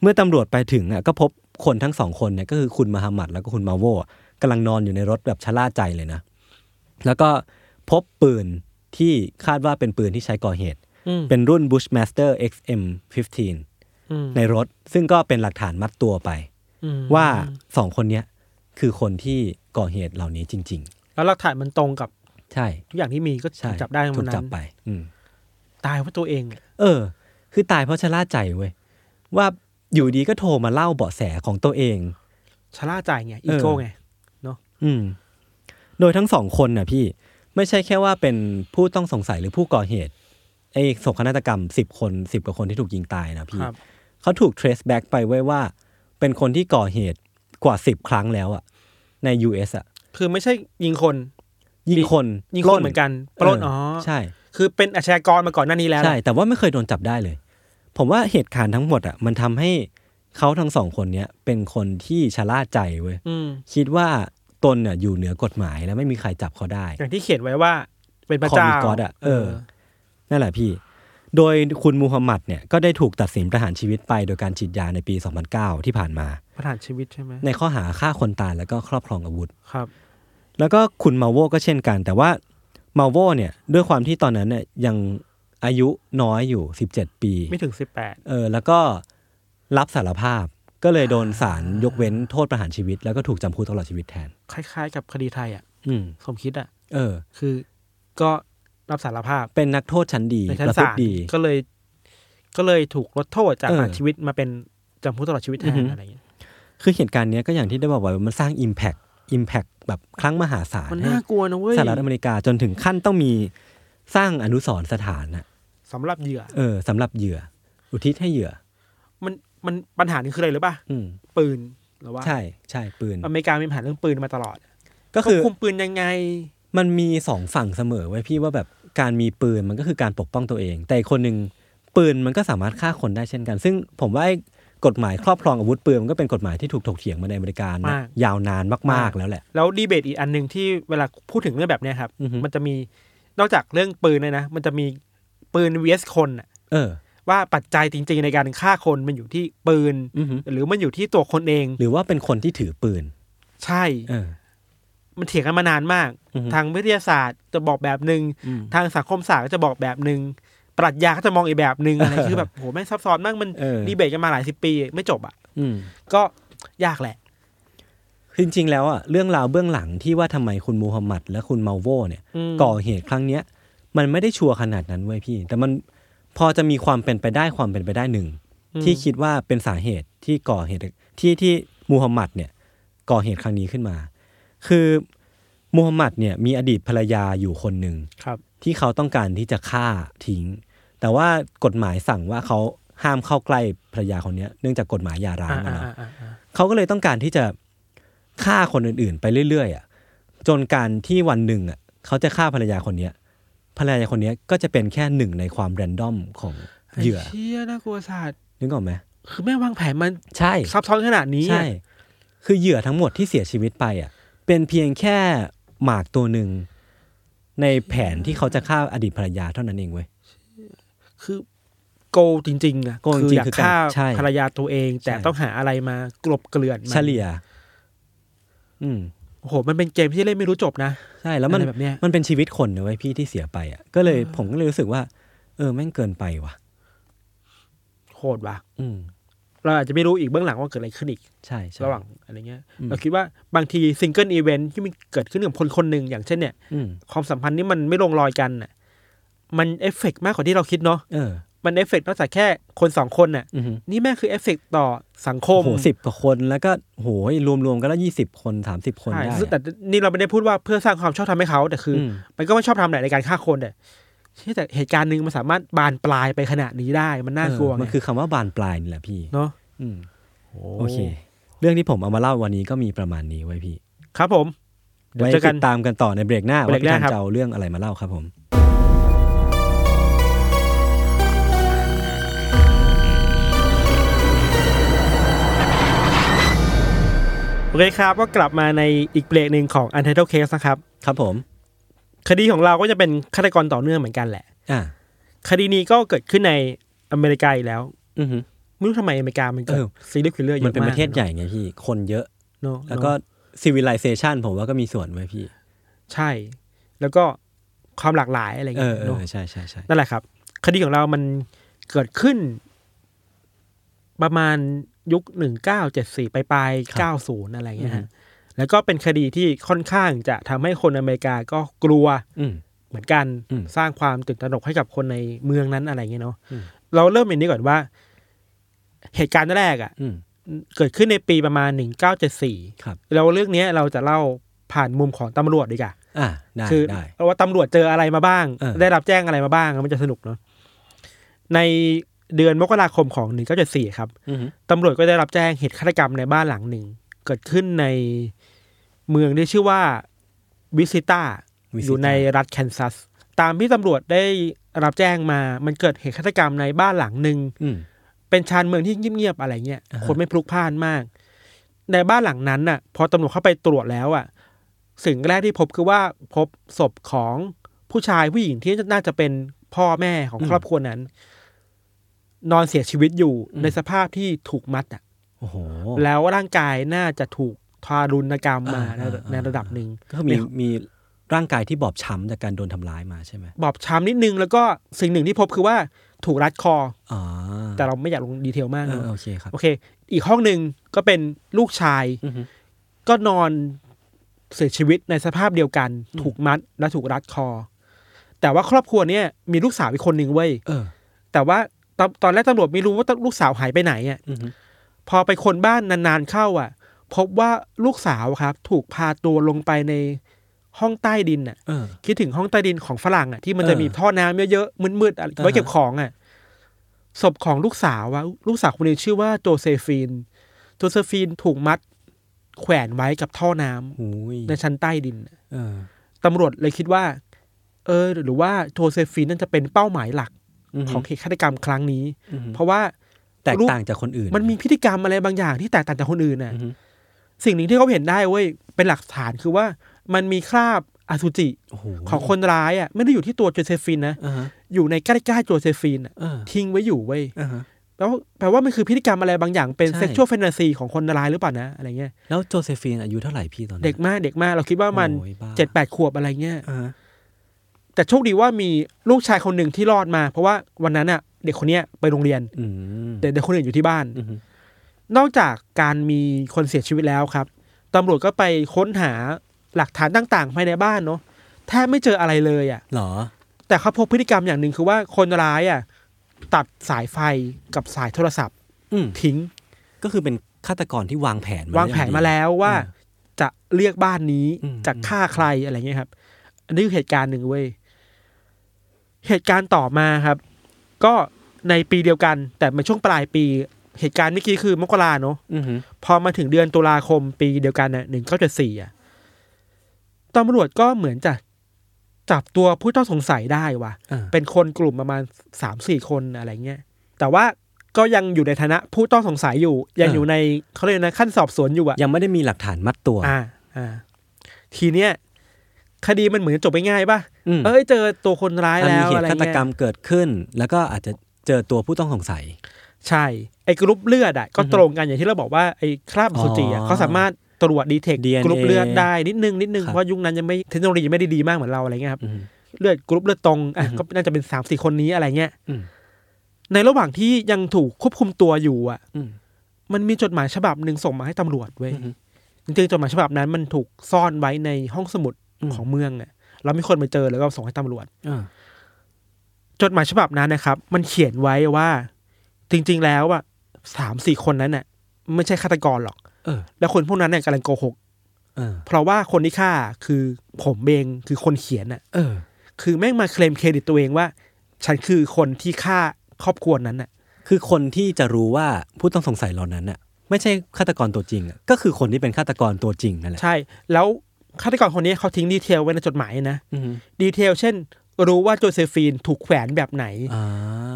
เมื่อตำรวจไปถึงอ่ะก็พบคนทั้งสองคนเนี่ยก็คือคุณมาฮัมหมัดแล้วก็คุณมาโวอ่ะกำลังนอนอยู่ในรถแบบชะล่าใจเลยนะ แล้วก็พบปืนที่คาดว่าเป็นปืนที่ใช้ก่อเหตุ
อืม
เป็นรุ่น Bushmaster XM15
อืม
ในรถซึ่งก็เป็นหลักฐานมัดตัวไป
อืม
ว่าสองคนเนี้ยคือคนที่ก่อเหตุเหล่านี้จริง
แล้วหลักฐานมันตรงกับ
ๆ ใช่
ทุกอย่างที่มีก็
ใช่
จับได้ใน
ถู
วั
ก
นนั้
จับ
น
ไป อืม
ตายเพราะตัวเองอะ
เออ คือตายเพราะชะล่าใจเว้ยว่าอยู่ดีก็โทรมาเล่าเบาะแสของตัวเอง
ชะล่าใจไงอีโก้ไง
อืม โดยทั้งสองคนน่ะพี่ ไม่ใช่แค่ว่าเป็นผู้ต้องสงสัยหรือผู้ก่อเหตุไอ้โศกนาฏกรรมสิบคนสิบกว่าคนที่ถูกยิงตายนะพี่
ครับ
เขาถูก trace back ไปไว้ว่า เป็นคนที่ก่อเหตุกว่าสิบครั้งแล้วอะใน US อะ
คือไม่ใช่ยิงคน
ยิงคน
ยิงคนเหมือนกันปล้นอ๋อ
ใช่
คือเป็นอาชญากรมาก่อนหน้านี้แล้ว
ใช่ แต่ว่าไม่เคยโดนจับได้เลย ผมว่าเหตุการณ์ทั้งหมดอะมันทำให้เขาทั้งสองคนเนี้ยเป็นคนที่ชะล่าใจเว้ย
อืม
คิดว่าตนน่ะอยู่เหนือกฎหมายแล้วไม่มีใครจับเขาได้
อย่างที่เขียนไว้ว่าเป็นพระเจ้า
Call me God อะเออ นั่นแหละพี่ โดยคุณมูฮัมหมัดเนี่ยก็ได้ถูกตัดสินประหารชีวิตไปโดยการฉีดยาในปี 2009 ที่ผ่านมา
ประหารชีวิตใช่ไหม
ในข้อหาฆ่าคนตายแล้วก็ครอบครองอาวุธ
ครับ
แล้วก็คุณมาโวก็เช่นกัน แต่ว่ามาโวเนี่ยด้วยความที่ตอนนั้นเนี่ยยัง อายุน้อยอยู่ 17 ปี
ไม่ถึงสิบแปด
เออแล้วก็รับสารภาพก็เลยโดนศาลยกเว้นโทษประหารชีวิต แล้วก็ถูกจำคุกตลอดชีวิตแทน
คล้าย ๆ กับคดีไทยอ่ะ
อืม
สมคิดอ่ะ
เออ
คือก็รับสารภาพ
เป็นนักโทษชั้นดี
ในชั้น
ประพฤ
ศา
ติ
ล
ดี
ก็เลย ก็เลยถูกลดโทษจาก
เออ
ประหารชีวิตมาเป็นจำคุกตลอดชีวิตแท
อือฮึ
นอะไรอย่างเงี้ย
คือเหตุการณ์เนี้ยก็อย่างที่ได้บอกไว้ว่ามันสร้าง Impact Impact แบบครั้งมหาศาล
มัน
ให้
น่ากลัวนะเว้ย
สหรัฐอเมริกาจนถึงขั้นต้องมีสร้างอนุสรณ์สถานนะ
สำหรับเหยื่อ
เออสำหรับเหยื่อ อุทิศให้เหยื่อ
มันมันปัญหานี่คืออะไรหรือป่ะ
อืม
ปืนหรือว่า
ใช่ใช่ปืน
อเมริกามีปัญหาเรื่องปืนมาตลอด
ก็คือ
วบคุมปืนยังไง
มันมีสองฝั่งเสมอไว้ยพี่ว่าแบบการมีปืนมันก็คือการปกป้องตัวเอง แต่อีกคนหนึ่งปืนมันก็สามารถฆ่าคนได้เช่นกัน ซึ่งผมว่าไอ้กฎหมายครอบครองอาวุธปืนมันก็เป็นกฎหมายที่ถูกถกเถียงมาในอเมริกานะ
มาก
ยาวนานมากๆแล้วแหละ
แล้วดีเบตอีกอันหนึ่งที่เวลาพูดถึงเรื่องแบบเนี้ยครับ
อือฮึ
มันจะมีนอกจากเรื่องปืนเลยนะ มันจะมีปืน vs คนน่ะ
เออ
ว่าปัจจัยจริง ๆ ในการฆ่าคนมันอยู่ที่ปืน
อือฮึ
หรือมันอยู่ที่ตัวคนเอง
หรือว่าเป็นคนที่ถือปืน
ใช่
เออ
มันเถียงกันมานานมาก
อือฮึ
ทางวิทยาศาสตร์จะบอกแบบหนึ่งทางสังคมศาสตร์ก็จะบอกแบบหนึ่งปรัชญาก็จะมองอีกแบบ หนึ่งอะไรคือแบบโหแม่งซับซ้อนมากมัน
เออ
ดีเบตกันมาหลายสิบปี ไม่จบอ่ะ
อืม
ก็ยากแหละ
จริงๆ แล้วอ่ะเรื่องราวเบื้องหลังที่ว่าทำไมคุณมูฮัมหมัดและคุณเมาโวเนี่ย
อืม
ก่อเหตุครั้งเนี้ย มันไม่ได้ชัวร์ขนาดนั้นเว้ยพี่ แต่มันพอจะมีความเป็นไปได้ความเป็นไปได้หนึ่ง ที่คิดว่าเป็นสาเหตุที่ก่อเหตุที่ที่มูฮัมหมัดเนี่ย ก่อเหตุครั้งนี้ขึ้นมา คือมูฮัมหมัดเนี่ยมีอดีตภรรยาอยู่คนหนึ่ง
ครับ
ที่เขาต้องการที่จะฆ่าทิ้ง แต่ว่ากฎหมายสั่งว่าเขาห้ามเข้าใกล้ภรรยาคนเนี้ยเนื่องจากกฎหมายหยาร้างอะเนาะ เขาก็เลยต้องการที่จะฆ่าคนอื่นๆ ไปเรื่อยๆอ่ะจนการที่วันหนึ่งอ่ะเขาจะฆ่าภรรยาคนเนี้ยภรรยาคนเนี้ยก็จะเป็นแค่หนึ่งในความแรนดอมของเหยื่อ
ไเชี่ยน่ากลัวศาสตร์
นึกออกไหม
คือแม่งวางแผนมัน
ใช่
ซับซ้อนขนาดนี้อะ
ใช่ คือเหยื่อทั้งหมดที่เสียชีวิตไปอ่ะเป็นเพียงแค่หมากตัวหนึ่งในแผนที่เขาจะฆ่าอดีตภรรยาเท่านั้นเองเว้ย
คือโกจริงๆนะ
โกจริง
อยาก
คือการ
ฆ่า
ใช่
ภรรยาตัวเอง แต่
ใช่
ต้องหาอะไรมากลบเกลื่อนมัน
เฉลี่ย อืม
โอ้โห มันเป็นเกมที่เล่นไม่รู้จบนะ
ใช่แล้วมัน
อะไรแบบเนี้ย
มันเป็นชีวิตคนนะเว้ยพี่ที่เสียไปอ่ะก็เลยผมก็เลยรู้สึกว่า เออแม่งเกินไปว่ะ
โหดว่ะ
อืม
เราอาจจะไม่รู้อีกเบื้องหลังว่าเกิดอะไรขึ้นอีก
ใช่ใช่
ระหว่างอะไรเงี้ย เราคิดว่าบางทีซิงเกิลอีเวนท์ที่มันเกิดขึ้นกับคนคนหนึ่งอย่างเช่นเนี่ย
อืม
ความสัมพันธ์นี่มันไม่ลงรอยกันน่ะมันเอฟเฟกต์มากกว่าที่เราคิดเนาะ
เออ
มันเอฟเฟกต์นอกจากแค่คนสองคนน่ะ
อือหือ
นี่แม่งคือเอฟเฟกต์ต่อสังค
โอ้
ม
โหสิบกว่าคนแล้วก็โหยรวมๆกันแล้วยี่สิบคนสามสิบคน
ใช่
ได้
ซึ่งแต่นี่เราไม่ได้พูดว่าเพื่อสร้างความชอบธรรมให้เขา แต่คือ
อื
อ
ม
มันก็ไม่ชอบธรรมแหละในการฆ่าคนแต่ที่แต่เหตุการณ์หนึ่งมันสามารถบานปลายไปขนาดนี้ได้ มันน่ากลัว
เออมัน
ไง
คือคำว่าบานปลายนี่แหละพี่
เนาะ
อืมโอเค เรื่องที่ผมเอามาเล่าวันนี้ก็มีประมาณนี้ไว้พี่
ครับผม เดี๋ยว
ไว้
เจอกัน
ติดตามกันต่อในเบรกหน้า
เบร
ว่าก
ห
พี่
น้า
ทัน
ครับ
จะเอาเรื่องอะไรมาเล่าครับผม
โอเคครับก็กลับมาในอีกเบรกหนึ่งของ Untitled Case นะครับ
ครับผม
คดีของเราก็จะเป็นฆาตกรต่อเนื่องเหมือนกันแหละ
อ่ะ
คดีนี้ก็เกิดขึ้นในอเมริกาอีกแล้ว
อือหือ
ไม่รู้ทำไมอเมริกามันเกิด
เออ
ซีรีส์คิลเลอร์เย
มัน
อะมาก
เป็นประเทศใหญ่ไงพี่ คนเยอะ
เนอะ
แล้วก็
เนอะ
civilization ผมว่าก็มีส่วนไว้พี่
ใช่ แล้วก็ความหลากหลายอะไรอย่าง
เออเอ
เงี้ยเน
อ
อะ
ใช่ใช่ใช่
นั่นแหละครับ คดีของเรามันเกิดขึ้น ประมาณยุคหนึ่งเก้าเจ็ดสี่ปลายๆเก้าศูนย์อะไรอย่างเงี้ยฮะแล้วก็เป็นคดีที่ค่อนข้างจะทำให้คนอเมริกาก็กลัว
อืม
เหมือนกัน
อืม
สร้างความตื่นตระหนกให้กับคนในเมืองนั้นอะไรอย่างเงี้ยเนาะเราเริ่มอย่างนี้ก่อนว่า เหตุการณ์แรกอะ่ะ
อืม
เกิดขึ้นในปีประมาณหนึ่งเก้าเจ็ดสี่
ครับ
แล้วเรื่องเนี้ยเราจะเล่าผ่านมุมของตำรวจดีกว่า
อ่ะได้
คือ
ได้
ว่าตำรวจเจออะไรมาบ้าง
เออ
ได้รับแจ้งอะไรมาบ้าง มันจะสนุกเนาะในเดือนมกราคมของ 1974 ครับ
อือหือ
ตำรวจก็ได้รับแจ้งเหตุฆาตกรรมในบ้านหลังหนึ่ง เกิดขึ้นในเมืองที่ชื่อว่าวิซิต้าอยู่ในรัฐแคนซัส ตามที่ตำรวจได้รับแจ้งมา มันเกิดเหตุฆาตกรรมในบ้านหลังหนึ่ง
อืม
เป็นชานเมืองที่เงียบๆอะไรเงี้ย คนไม่พลุกพล่านมาก ในบ้านหลังนั้นน่ะ พอตำรวจเข้าไปตรวจแล้วอ่ะ สิ่งแรกที่พบคือว่าพบศพของผู้ชายผู้หญิงที่น่าจะเป็นพ่อแม่ของครอบครัวนั้น นอนเสียชีวิตอยู่ในสภาพที่ถูกมัดอ่ะ
โอ้โห
แล้วร่างกายน่าจะถูกทารุณกรรมมา
อ่าอ่า
ในระดับหนึ่ง
ก็มีมี ร่างกายที่บอบช้ำจากการโดนทำร้ายมาใช่ไหม
บอบช้ำนิดนึงแล้วก็สิ่งหนึ่งที่พบคือว่าถูกรัดคอ
อ๋อ
แต่เราไม่อยากลงดีเทลมาก
เอ
เน
อ
อะ
โอเคครับ
โอเค อีกห้องหนึ่งก็เป็นลูกชาย ก็นอนเสียชีวิตในสภาพเดียวกัน ถูกมัดและถูกรัดคอ แต่ว่าครอบครัวเนี้ยมีลูกสาวอีกคนหนึ่งเว้ย
เออ
แต่ว่าตอนตอนแรกตำรวจไม่รู้ว่าลูกสาวหายไปไหนอ่ะ
อือฮึ
พอไปคนบ้านนานๆเข้าอ่ะ พบว่าลูกสาวอะครับ ถูกพาตัวลงไปในห้องใต้ดินอ่ะ
เออ
คิดถึงห้องใต้ดินของฝรั่งอ่ะที่มันจะ
เออ
มีท่อน้ำเยอะๆมืดๆอะไว้
อ่าฮะ
เก็บของอ่ะศพของลูกสาวอ่ะลูกสาวคนนี้ชื่อว่าโจเซฟีน โจเซฟีนถูกมัดแขวนไว้กับท่อน้ำ
หูย
ในชั้นใต้ดินอะ
เออ
ตำรวจเลยคิดว่า เออ หรือว่าโจเซฟีนนั่นจะเป็นเป้าหมายหลัก
อือฮึ
ของเหตุฆาตกรรมครั้งนี้
อือฮึ
เพราะว่า
แตก
รูป
ต่างจากคนอื่น
มันมีพฤติกรรมอะไรบางอย่างที่แตกต่างจากคนอื่นน่ะ
อือฮึ
สิ่งหนึ่งที่เขาเห็นได้เว้ย เป็นหลักฐานคือว่ามันมีคราบอสุจิ
โอ้โห
ของคนร้ายอ่ะไม่ได้อยู่ที่ตัวโจเซฟินนะ
อ่าฮะ
อยู่ในใกล้ๆโจเซฟินน่ะ
เออ
ทิ้งไว้อยู่เว้ย
อ่าฮะ
แปลว่าแปลว่ามันคือพฤติกรรมอะไรบางอย่างเป็น
ใช่
เซ็กชวลแฟน s าซีของคนร้ายหรือเปล่านะอะไรเงี้ย
แล้วโจเซฟีนอายุเท่าไหร่พี่ตอนนั้น
เด็กมากเด็กมากเราคิดว่ามัน
โอ้ยบ้า
เจ็ดแปดขวบอะไรเงี้ย
อ่าฮะ
แต่โชคดีว่ามีลูกชายคนหนึ่งที่รอดมา เพราะว่าวันนั้นอ่ะเด็กคนเนี้ยไปโรงเรียน
อืม
แต่เด็กคนอื่นอยู่ที่บ้าน
อือฮึ
นอกจากการมีคนเสียชีวิตแล้วครับ ตำรวจก็ไปค้นหาหลักฐานต่างๆภายในบ้านเนาะ แทบไม่เจออะไรเลยอะ่ะ
เหรอ
แต่เขาพบพฤติกรรมอย่างหนึ่งคือว่าคนร้ายอะ่ะตัดสายไฟกับสายโทรศัพท์
อืม
ทิ้ง
ก็คือเป็นฆาตกรที่วางแผนม
วางแผนมา
เ
แล้วว่า
อืม
จะเลือกบ้านนี้
อืม
จะฆ่าใครอะไรเงี้ยครับ อันนี้คือเหตุการณ์หนึ่งเว้ย เหตุการณ์ต่อมาครับ ก็ในปีเดียวกัน แต่มันช่วงปลายปี เหตุการณ์เมื่อกี้คือมกราเนาะ
รื่องนี้
พอมาถึงเดือนตุลาคมปีเดียวกันน่ะหนึ่งเก้าเจ็ดสี่อ่ะตำรวจก็เหมือนจะจับตัวผู้ต้องสงสัยได้ว่ะ
อืม
เป็นคนกลุ่มประมาณสามสี่คนอะไรเงี้ย แต่ว่าก็ยังอยู่ในฐานะผู้ต้องสงสัยอยู่ ยังอยู่ในเขาเรียกนะขั้นสอบสวนอยู่อ่ะ
ยังไม่ได้มีหลักฐานมัดตัว
อ่า อ่า ทีเนี้ยคดีมันเหมือนจบไปง่ายป่ะ
ม
เอ้ยเจอตัวคนร้าย
มัน
แล้
มี
ว
เห
อะ
ตุ
ไร
ฆาต
เงี้ย
กรรมเกิดขึ้น แล้วก็อาจจะเจอตัวผู้ต้องสงสัย
ใช่ ไอ้กรุ๊ปเลือดอ่ะก็ตรงกันอย่างที่เราบอกว่าไอ้คราบอสุจิอ่ะ
อ๋อ
เขาสามารถตรวจดีเทค
DNA
กรุ๊ปเลือดได้นิดนึงนิดนึง
ครับ
เพราะยุคนั้นยังไม่เทคโนโลยีไม่ได้ดีมากเหมือนเราอะไรเงี้ยครับ
อืม
เลือดกรุ๊ปเลือดตรงอ่ะก็น่าจะเป็นสามสี่คนนี้อะไรเงี้ย
อืม
ในระหว่างที่ยังถูกควบคุมตัวอยู่อ่ะ
อืม
มันมีจดหมายฉบับหนึ่งส่งมาให้ตำรวจเว้ย
อือฮึ
จริงๆจดหมายฉบับนั้นมันถูกซ่อนไว้ในห้องสมุด
อืม
ของเมืองอ่ะแล้วมีคนไปเจอแล้วก็ส่งให้ตำรวจ
อ่า
จดหมายฉบับนั้นนะครับ มันเขียนไว้ว่า จริงๆแล้วอะสามสี่คนนั้นน่ะ ไม่ใช่ฆาตกรหรอก
เออ
แล้วคนพวกนั้นเนี่ยกำลังโกหก
เออ
เพราะว่าคนที่ฆ่าคือผมเองคือคนเขียนน่ะ
เออ
คือแม่งมาเคลมเครดิตตัวเองว่า ฉันคือคนที่ฆ่าครอบครัวนั้นน่ะ
คือคนที่จะรู้ว่าผู้ต้องสงสัยเหล่านั้นน่ะ ไม่ใช่ฆาตกรตัวจริงอะก็คือคนที่เป็นฆาตกรตัวจริงนั่นแหละ
ใช่ แล้วฆาตกรคนนี้เขาทิ้งดีเทลไว้ในจดหมายนะ
อืม
ดีเทล เช่น รู้ว่าโจเซฟีนถูกแขวนแบบไหน
อ่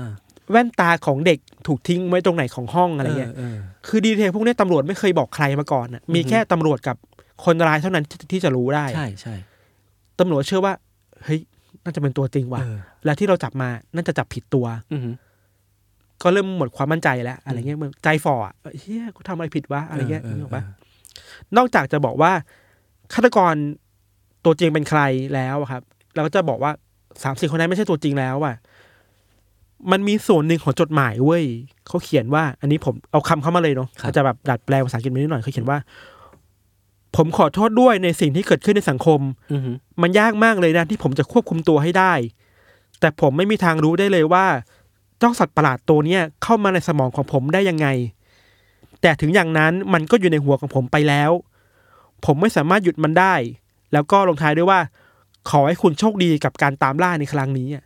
า
แว่นตาของเด็กถูกทิ้งไว้ตรงไหนของห้องอะไรเงี้ย
เออ
คือดีเทลพวกเนี้ยตำรวจไม่เคยบอกใครมาก่อนน่ะมีแค่ตำรวจกับคนร้ายเท่านั้นที่ที่จะรู้ได้
เออ ใช่ใช่
ตำรวจเชื่อว่าเฮ้ยน่าจะเป็นตัวจริงว่ะ
เออ
และที่เราจับมาน่าจะจับผิดตัว
อือฮึ
ก็เริ่มหมดความมั่นใจแล้วอะไรเงี้ยมันใจฝ่ออ่ะเฮียกูทำอะไรผิดวะอะไรเงี้ย
เออเออ
นึกออกปะนอกจากจะบอกว่าฆาตกรตัวจริงเป็นใครแล้วอะครับเราก็จะบอกว่าสามสี่คนนั้นไม่ใช่ตัวจริงแล้วอ่ะมันมีส่วนหนึ่งของจดหมายเว้ยเขาเขียนว่า อันนี้ผมเอาคำเข้ามาเลยเนาะ
ครับ
อาจจะแบบดัดแปลงภาษาอังกฤษไปนิดหน่อยเขาเขียนว่า ผมขอโทษด้วยในสิ่งที่เกิดขึ้นในสังคม
อือฮึ
มันยากมากเลยนะที่ผมจะควบคุมตัวให้ได้ แต่ผมไม่มีทางรู้ได้เลยว่า เจ้าสัตว์ประหลาดตัวเนี้ยเข้ามาในสมองของผมได้ยังไง แต่ถึงอย่างนั้นมันก็อยู่ในหัวของผมไปแล้ว ผมไม่สามารถหยุดมันได้ แล้วก็ลงท้ายด้วยว่า ขอให้คุณโชคดีกับการตามล่าในครั้งนี้อะ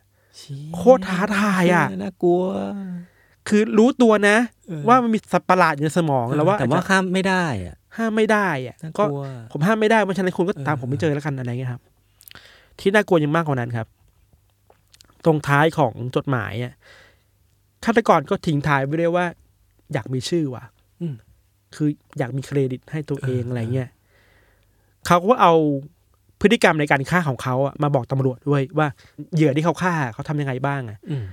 โคตรท้าทายอ่ะ
น่ากลัว
คือรู้ตัวนะ
เออ
ว่ามันมีสัตว์ประหลาดอยู่ในสมองแล้วว่า
แต่
อาจ
ว่า
จะ
ข้ามไม่ได้อ่ะ
ห้ามไม่ได้อ่ะ
น่าก
ก็
ลัว
ผมห้ามไม่ได้เพราะฉะนั้นคุณก็ตาม
เออ
ผมไม่เจอแล้วกันอะไรเงี้ยครับ ที่น่ากลัวยังมากกว่านั้นครับ ตรงท้ายของจดหมายอ่ะฆาตกรก็ทิ้งท้ายไว้ด้วยว่า อยากมีชื่อว่ะ
อืม
คืออยากมีเครดิตให้ตัวเอง
เอออ
อะไรเงี้ยเขาก็เอาพฤติกรรมในการฆ่าของเขาอะมาบอกตำรวจด้วยว่าเหยื่อที่เขาฆ่าเขาทำยังไงบ้างอะ
อืม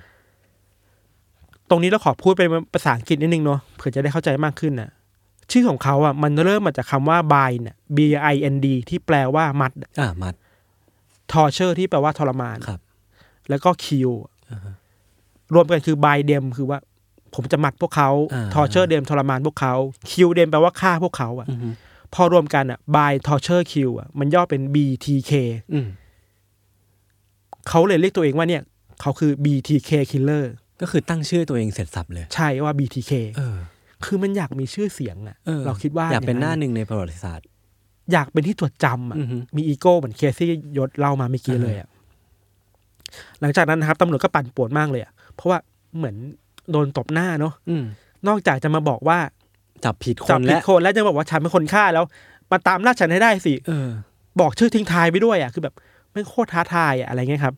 ตรงนี้เราขอพูดเป็นภาษาอังกฤษนิดนึงเนาะเผื่อจะได้เข้าใจมากขึ้นน่ะ ชื่อของเขาอะมันเริ่มมาจากคำว่า bind น่ะ b i n d ที่แปลว่ามัด
อ่ามัด
ทอเชอร์ที่แปลว่าทรมาน
ครับ
แล้วก็คิวรวมกันคือบายเดมคือว่าผมจะหมัดพวกเขา
อ่า
ทอเชอร์เดมทรมานพวกเขาคิวเดมแปลว่าฆ่าพวกเขาอ่ะ พอรวมกันอ่ะบายทอเชอร์คิวอ่ะมันย่อเป็น BTK
อืม
เขาเลยเรียกตัวเองว่าเนี่ยเขาคือ BTK killer
ก็คือตั้งชื่อตัวเองเสร็จสับเลย
ใช่ว่า BTK
เออ
คือมันอยากมีชื่อเสียงอ่ะเราคิดว่า
อยากเป็นหน้า
ะ
หนึ่งในประวัติศาสตร์
อยากเป็นที่จดจำอ่ะ
อือฮึ
มีอีโก้เหมือนเคซี่ยศเล่ามาเมื่อกี้เลยอ่ะหลังจากนั้นนะครับตำรวจก็ปั่นป่วนมากเลยอ่ะเพราะว่าเหมือนโดนตบหน้าเนาะ
อืม
นอกจากจะมาบอกว่า
จับผิดค
จับ
น
ผิด
และ
คนแล้วยังบอกว่าฉันเป็นคนฆ่าแล้ว มาตามล่าฉันให้ได้สิ
เออ
บอกชื่อทิ้งทายไปด้วยอ่ะคือแบบไม่งโคตรท้าทายอะอะไรเงี้ยครับ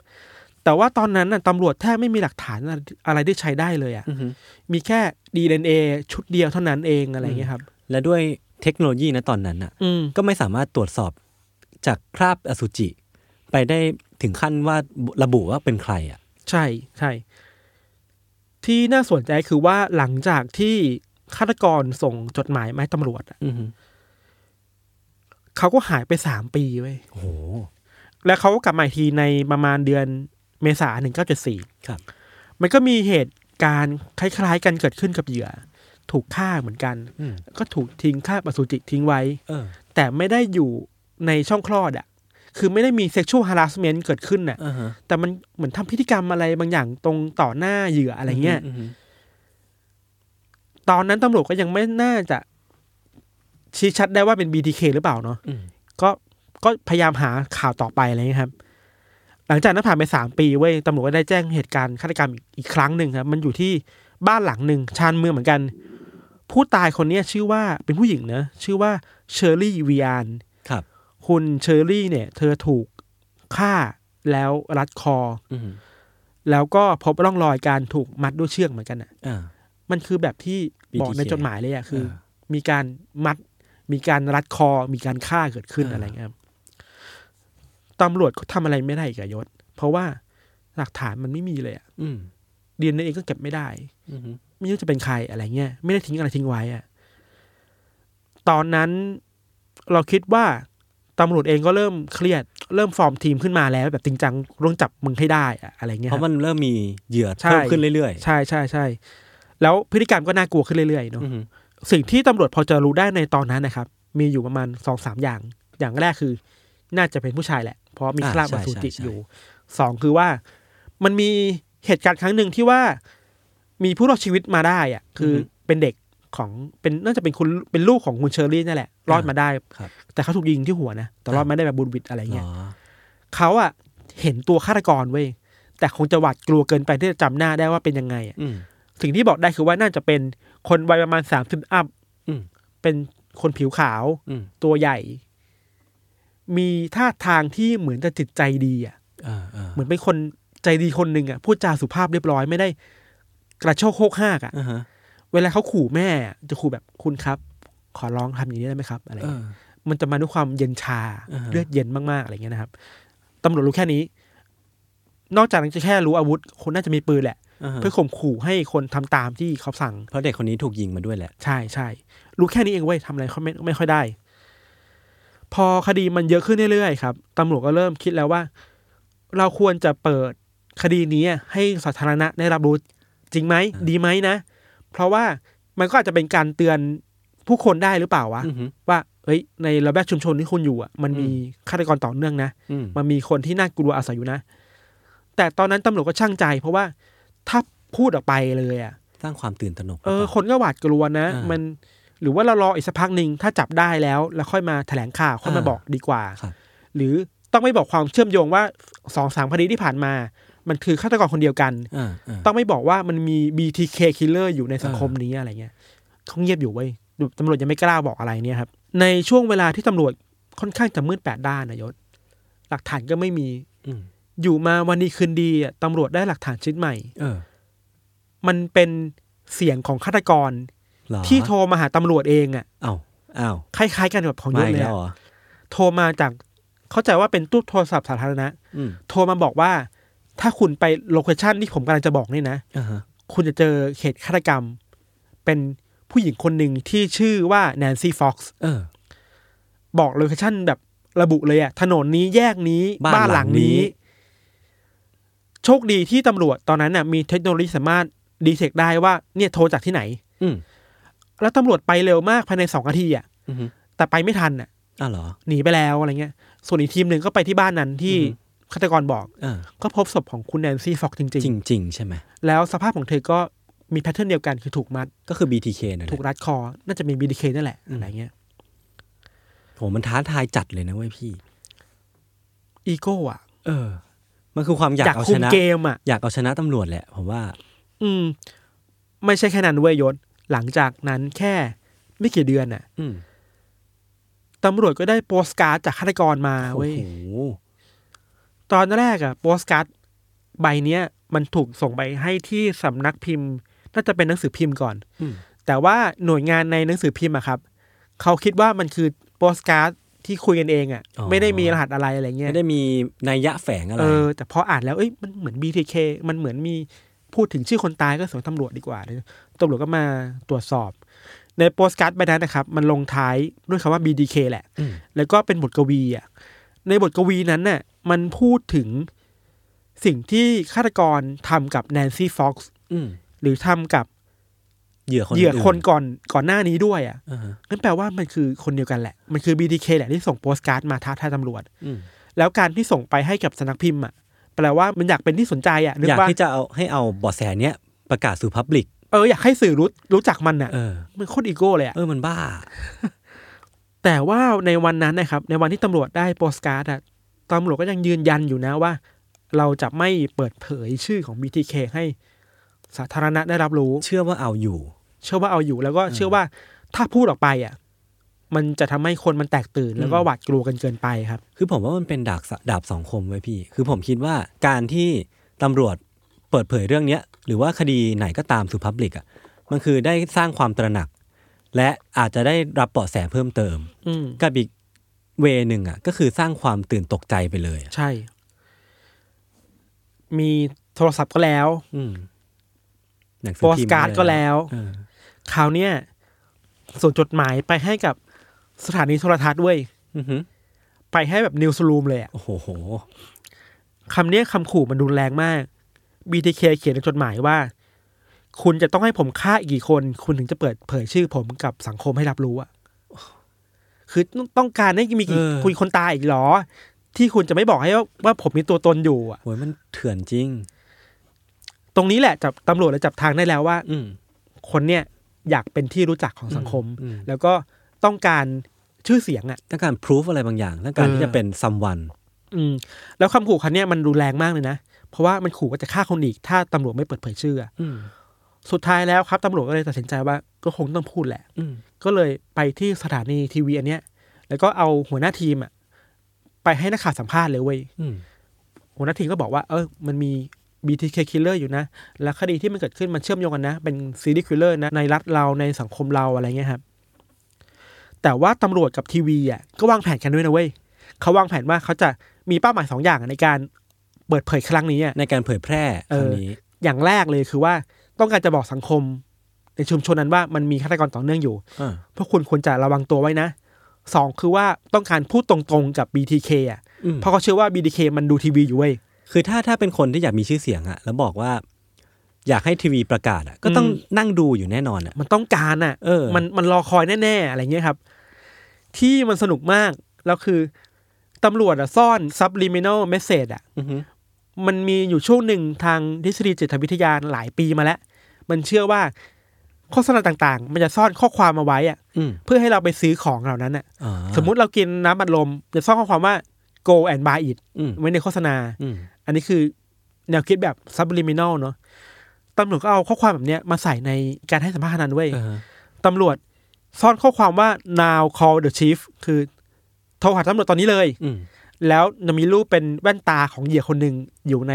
แต่ว่าตอนนั้นน่ะตำรวจแทบไม่มีหลักฐานอะไรอะไรที่ใช้ได้เลยอ่ะ
อือฮึ
มีแค่ดีเอ็นเอชุดเดียวเท่านั้นเองอะไรเงี้ยครับ
และด้วยเทคโนโลยีนะตอนนั้นอ่ะ
อืม
ก็ไม่สามารถตรวจสอบจากคราบอสุจิ ไปได้ถึงขั้นว่าระบุว่าเป็นใครอ่ะ
ใช่ใช่ ที่น่าสนใจคือว่าหลังจากที่ฆาตกรส่งจดหมายมาให้ตำรวจอะ
อือฮึ
เขาก็หายไปสามปีเว้ย
โอ้โห
แล้วเขาก็กลับมาอีกทีในประมาณเดือนเมษาหนึ่งเก้าเจ็ดสี่
ครับ
มันก็มีเหตุการณ์คล้ายๆกันเกิดขึ้นกับเหยื่อ ถูกฆ่าเหมือนกัน
อืม
ก็ถูกทิ้งฆ่าบอสุจิทิ้งไว้
เออ
แต่ไม่ได้อยู่ในช่องคลอดอะคือไม่ได้มีเซ็กชวลฮาร์ s เมนต์เกิดขึ้นน่ะ
อ่าฮะ
แต่มันเหมือนทำพิธีกรรมอะไรบางอย่างตรงต่อหน้าเหยื่ออะไรเงี้ย
ฮึ
ตอนนั้นตำรวจก็ยังไม่น่าจะ ชี้ชัดได้ว่าเป็น BTK หรือเปล่าเนาะ
อืม
ก็ก็พยายามหาข่าวต่อไปอะไรเงี้ยครับ หลังจากนั้นผ่านไปสามปีเว้ยตำรวจก็ได้แจ้งเหตุการณ์ฆาตกรรมอีกอีกครั้งหนึ่งครับ มันอยู่ที่บ้านหลังหนึ่งชานเมืองเหมือนกัน ผู้ตายคนเนี้ยชื่อว่าเป็นผู้หญิงเนอะชื่อว่าเชอร์รี่วีอัน
ครับ
คุณเชอร์รี่เนี่ย เธอถูกฆ่าแล้วรัดคอ
อือฮึ
แล้วก็พบร่องรอยการถูกมัดด้วยเชือกเหมือนกันอ่ะ
อ่า
มันคือแบบที่บอกใน
BTK
จดหมายเลยอะคือ
เออ
มีการมัด มีการรัดคอ มีการฆ่าเกิดขึ้นอะไรเงี้ยครับตำรวจก็ทำอะไรไม่ได้อีกับยศ เพราะว่าหลักฐานมันไม่มีเลยอะ
อืม
ดีเอ็นเอก็เก็บไม่ได้
อือฮึ
ไม่รู้จะเป็นใครอะไรเงี้ยไม่ได้ทิ้งอะไรทิ้งไว้อะตอนนั้นเราคิดว่าตำรวจเองก็เริ่มเครียด เริ่มฟอร์มทีมขึ้นมาแล้ว แบบจริงจังร่วงจับมึงให้ได้อะอะไรเงี้ย
เพ
ครั
ราะ
บ
มันเริ่มมีเหยื่อ
ใช่
เพิ่มขึ้นเรื่อย
ใช่ใช่ใช่แล้วพฤติกรรมก็น่ากลัวขึ้นเรื่อยๆ
ๆ
เนาะ
อือฮึ
สิ่งที่ตำรวจพอจะรู้ได้ในตอนนั้นนะครับ มีอยู่ประมาณสองสามอย่าง อย่างแรกคือ น่าจะเป็นผู้ชายแหละ เพราะมีคราบอสุจิอยู่สองคือว่า มันมีเหตุการณ์ครั้งหนึ่งที่ว่า มีผู้รอดชีวิตมาได้อะคืออเป็นเด็กของเป็นน่าจะเป็นคุณเป็นลูกของคุณเชอรี่นั่นแหละ รอดมาได้
ครับ
แต่เขาถูกยิงที่หัวนะแต่รอดมาได้แบบบุญวิตอะไร
เหร
เงี้
อ
ยเขาอะเห็นตัวฆาตกรเว้ยแต่คงจะหวาดกลัวเกินไปที่จะจำหน้าได้ว่าเป็นยังไงอะ
อืม
สิ่งที่บอกได้คือว่าน่าจะเป็นคนวัยประมาณสามสิบอัพ
อืม
เป็นคนผิวขาว
อืม
ตัวใหญ่ มีท่าทางที่เหมือนจะจิตใจดีอ่ะ
อ่าอ่า
เหมือนเป็นคนใจดีคนหนึ่งอ่ะ พูดจาสุภาพเรียบร้อยไม่ได้กระโชกโคกหากอ่ะ
อ่าฮะ
เวลาเขาขู่แม่อะจะขู่แบบคุณครับ ขอร้องทำอย่างนี้ได้ไหมครับ อะไร
เอ
เงี้ย
อ
มันจะมาด้วยความเย็นชา
อ่าฮะ
เลือดเย็นมากๆอะไรเงี้ยนะครับตำรวจรู้แค่นี้ นอกจากนั้นจะแค่รู้อาวุธ คนน่าจะมีปืนแหละ
อ่าฮะ
เพื่อข่มขู่ให้คนทำตามที่เขาสั่ง
เพราะเด็กคนนี้ถูกยิงมาด้วยแหละ
ใช่ใช่รู้แค่นี้เองเว้ยทำอะไรเขาไม่ไม่ค่อยได้ พอคดีมันเยอะขึ้นเรื่อยๆครับตำรวจก็เริ่มคิดแล้วว่า เราควรจะเปิดคดีนี้ให้สาธารณะได้รับรู้จริงไหมดีไหมนะ เพราะว่ามันก็อาจจะเป็นการเตือนผู้คนได้หรือเปล่าวะ
อือฮึ
ว่าเอ้ย ในระแวกชุมชนที่คุณอยู่อ่ะมันมีฆาตกรต่อเนื่องนะ
อืม
มันมีคนที่น่ากลัวอาศัยอยู่นะ แต่ตอนนั้นตำรวจก็ช่างใจ เพราะว่าถ้าพูดออกไปเลยอ่ะ
สร้างความตื่นตระหนก
เออ
ห
ค
รืปล่า
นก็หวาดกลัวนะ
อ่ามั
มันหรือว่าเรารออีกสักพักหนึ่งถ้าจับได้แล้ว แล้วค่อยมาแถลงข่าวค่อยมา
อ่า
บอกดีกว่า
ครับ
หรือต้องไม่บอกความเชื่อมโยงว่าสองสามคดีที่ผ่านมา มันคือฆาตกรคนเดียวกัน
อ่าอ่า
ต้องไม่บอกว่ามันมี BTK killer อยู่ในสังคม
อ่า
นี้อะไรเงี้ยเขาเงียบอยู่เว้ยตำรวจยังไม่กล้าบอกอะไรเนี่ยครับ ในช่วงเวลาที่ตำรวจค่อนข้างจะมืดแปดด้านนะยศ หลักฐานก็ไม่มี
อืม
อยู่มาวันดีคืนดีอะตำรวจได้หลักฐานชิ้นใหม่
เออ
มันเป็นเสียงของฆาตกร
เหรอ
ที่โทรมาหาตำรวจเองอ่ะ
อ้าวอ้าว
คล้ายๆกันกับของย
มา
ศ
อีก
เลย
แล้ว
อะ
เหรอ
โทรมาจากเข้าใจว่าเป็นตู้โทรศัพท์สาธารณะ
อืม
โทรมาบอกว่า ถ้าคุณไปโลเคชั่นที่ผมกำลังจะบอกนี่นะ
อ่าฮะ
คุณจะเจอเหตุฆาตกรรม เป็นผู้หญิงคนหนึ่งที่ชื่อว่าแนนซี่ฟ็อกซ์
เออ
บอกโลเคชั่นแบบ ระบุเลยอะถนนนี้แยกนี้
บ้านหลังนี้
โชคดีที่ตำรวจตอนนั้นน่ะมีเทคโนโลยีสามารถดีเทคได้ว่าเนี่ยโทรจากที่ไหน
อืม
แล้วตำรวจไปเร็วมากภายในสองนาทีอะ
อือหือ
แต่ไปไม่ทันอะ
อ้าวเหรอ
หนีไปแล้วอะไรเงี้ย ส่วนอีกทีมหนึ่งก็ไปที่บ้านนั้นที่
อือฮึ
ฆาตกรบอก
อ่า
ก็พบศพของคุณแนนซี่ฟ็อกจริง
จริงจริง ๆ ใช่ไหม
ๆ แล้วสภาพของเธอก็มีแพทเทิร์นเดียวกันคือถูกมัด
ก็คือ BTK นั่นแห
ถูก
ละ
รัดคอ น่าจะมีบีดีเคนั่นแหละอะไรเงี้ย
โหมันท้าทายจัดเลยนะเว้ยพี่
อีโก้อะ
เออ มันคือความอยาก
อยาก
เอา
คุ
ช
ม
นะ
เกมอะ
อยากเอาชนะตำรวจแหละผมว่า
อืม ไม่ใช่แค่นั้นเว้ยยศ หลังจากนั้นแค่ไม่กี่เดือนน่ะ
อืม
ตำรวจก็ได้โปสการ์ดจากฆาตกรมา
โอ้
เว้ย
โห
ตอนแรกอะโปสการ์ดใบเนี้ย มันถูกส่งไปให้ที่สำนักพิมพ์ น่าจะเป็นหนังสือพิมพ์ก่อน
อืม
แต่ว่าหน่วยงานในหนังสือพิมพ์อะครับ เขาคิดว่ามันคือโปสการ์ดที่คุยกันเองอะไม่ได้มีรหัสอะไรอะไรเงี้ย
ไม่ได้มีนัยยะแฝงอะไร
เออแต่พออ่านแล้วเอ้ยมันเหมือน BTK มันเหมือนมีพูดถึงชื่อคนตายก็ส่งตำรวจดีกว่าเลยตำรวจก็มาตรวจสอบ ในโปสการ์ดใบนั้นนะครับ มันลงท้ายด้วยคำว่า BTK แหละ
ม
แล้วก็เป็นบทกวีอ่ะ ในบทกวีนั้นน่ะ มันพูดถึงสิ่งที่ฆาตกรทำกับแนนซี่ฟ็อกซ์
อืม
หรือทำกับ
เหยื่อคน
เหยื่อคน
อื่
ก่อนก่อนหน้านี้ด้วยอ่ะ
อ่าฮะ
นั่นแปลว่ามันคือคนเดียวกันแหละ มันคือ BDK แหละที่ส่งโปสการ์ดมาท้าทายตำรวจ
อืม
แล้วการที่ส่งไปให้กับสำนักพิมพ์อ่ะ แปลว่ามันอยากเป็นที่สนใจอ่ะนึก
อยาก
ว่า
ที่จะเอาให้เอาเบอแสเนี้ยประกาศสู่พับลิก
เอออยากให้สื่อรู้รู้จักมันอ่ะ
เออ
มันโคตรอีโก้เลยอ่ะ
เออมันบ้า
แต่ว่าในวันนั้นนะครับ ในวันที่ตำรวจได้โปสการ์ดอะตำรวจก็ยังยืนยันอยู่นะว่า เราจะไม่เปิดเผยชื่อของ BTK ให้สาธารณะได้รับรู้
เชื่อว่าเอาอยู่
เชื่อว่าเอาอยู่แล้วก็เชื่อว่าถ้าพูดออกไปอ่ะ มันจะทำให้คนมันแตกตื่น แล้วก็หวาดกลัวกันเกินไปครับ
คือผมว่ามันเป็นดาบสดาบสองคมไว้ยพี่ คือผมคิดว่าการที่ตำรวจเปิดเผยเรื่องเนี้ย หรือว่าคดีไหนก็ตามสู่พับลิกอ่ะ มันคือได้สร้างความตระหนัก และอาจจะได้รับเบาะแสเพิ่มเติม
อืม
กับอีกเวหนึ่งอ่ะ ก็คือสร้างความตื่นตกใจไปเลยอะ
ใช่ มีโทรศัพท์ก็แล้ว
อืมหนังสื
โปส
พิมพ์
การ์ดก็แล้ว
เออ
คราวเนี้ยส่งจดหมายไปให้กับสถานีโทรทัศน์เว้ย
อือหือ
ไปให้แบบนิวส์รูมเลยอะ
โอ้โหโห
คำเนี้ยคำขู่มันรุนแรงมาก BTK เขียนในจดหมายว่า คุณจะต้องให้ผมฆ่าอีกกี่คน คุณถึงจะเปิดเผยชื่อผมกับสังคมให้รับรู้อะคือต้องการให้มีกี่คุยคนตายอีกเหรอ ที่คุณจะไม่บอกให้ว่าว่าผมมีตัวตนอยู่อะ
โหยมันเถื่อนจริง
ตรงนี้แหละจับตำรวจและจับทางได้แล้วว่า
อืม
คนเนี่ยอยากเป็นที่รู้จักของสังคม
อืม
แล้วก็ต้องการชื่อเสียงอะ
ต้องการพิสูจอะไรบางอย่างต้องการที่จะเป็นซัมวัน
อืมแล้วคำขู่ครั้งเนี้ยมันรุนแรงมากเลยนะ เพราะว่ามันขู่ว่าจะฆ่าคนอีก ถ้าตำรวจไม่เปิดเผยชื่ออะสุดท้ายแล้วครับตำรวจก็เลยตัดสินใจว่าก็คงต้องพูดแหละ ก็เลยไปที่สถานีทีวีอันเนี้ย แล้วก็เอาหัวหน้าทีมอะไปให้นักข่าวสัมภาษณ์เลยเว้ยหัวหน้าทีมก็บอกว่าเออมันมี BTK killer อยู่นะ และคดีที่มันเกิดขึ้นมันเชื่อมโยงกันนะ เป็น serial killer นะในรัฐเราในสังคมเราอะไรเงี้ยครับ แต่ว่าตำรวจกับทีวีอ่ะก็วางแผนกันด้วยนะเว้ยเขาวางแผนว่าเขาจะมีเป้าหมายสองอย่างในการเปิดเผยครั้งนี้อ่ะ
ในการเผยแพร่ครั้งนี้
อย่างแรกเลยคือว่าต้องการจะบอกสังคม ในชุมชนนั้นว่ามันมีฆาตกรต่อเนื่องอยู่
อ่า
พวกคุณควรจะระวังตัวไว้นะสองคือว่าต้องการพูดตรงๆกับ BTK อ่ะ
อืม
เพราะเขาเชื่อว่า BTK มันดูทีวีอยู่เว้ย
คือถ้าถ้าเป็นคนที่อยากมีชื่อเสียงอะแล้วบอกว่า อยากให้ทีวีประกาศอะก็ต้อง
อืม
นั่งดูอยู่แน่นอนอะ
มันต้องการอ่ะ
เออ
มันมันรอคอยแน่ๆ อะไรเงี้ยครับ ที่มันสนุกมาก แล้วคือตำรวจอ่ะซ่อน subliminal message อ่ะ มันมีอยู่ช่วงหนึ่งทางทฤษฎีจิตวิทยาหลายปีมาแล้ว มันเชื่อว่าโฆษณาต่างๆ มันจะซ่อนข้อความเอาไว้อ่ะ
อืม
เพื่อให้เราไปซื้อของเหล่านั้นอ่ะ
อ่า
สมมุติเรากินน้ำบัดลม จะซ่อนข้อความว่า go and buy it
อืม
ไว้ในโฆษณา
อืม
อันนี้คือแนวคิดแบบ subliminal เนอะตำรวจก็เอาข้อความแบบเนี้ยมาใส่ในการให้สัมภาษณ์นั้นเว้ย
เออ
ตำรวจซ่อนข้อความว่า now call the chief คือโทรหาตำรวจตอนนี้เลย
อืม
แล้วจะมีรูปเป็นแว่นตาของเหยื่อคนหนึ่งอยู่ใน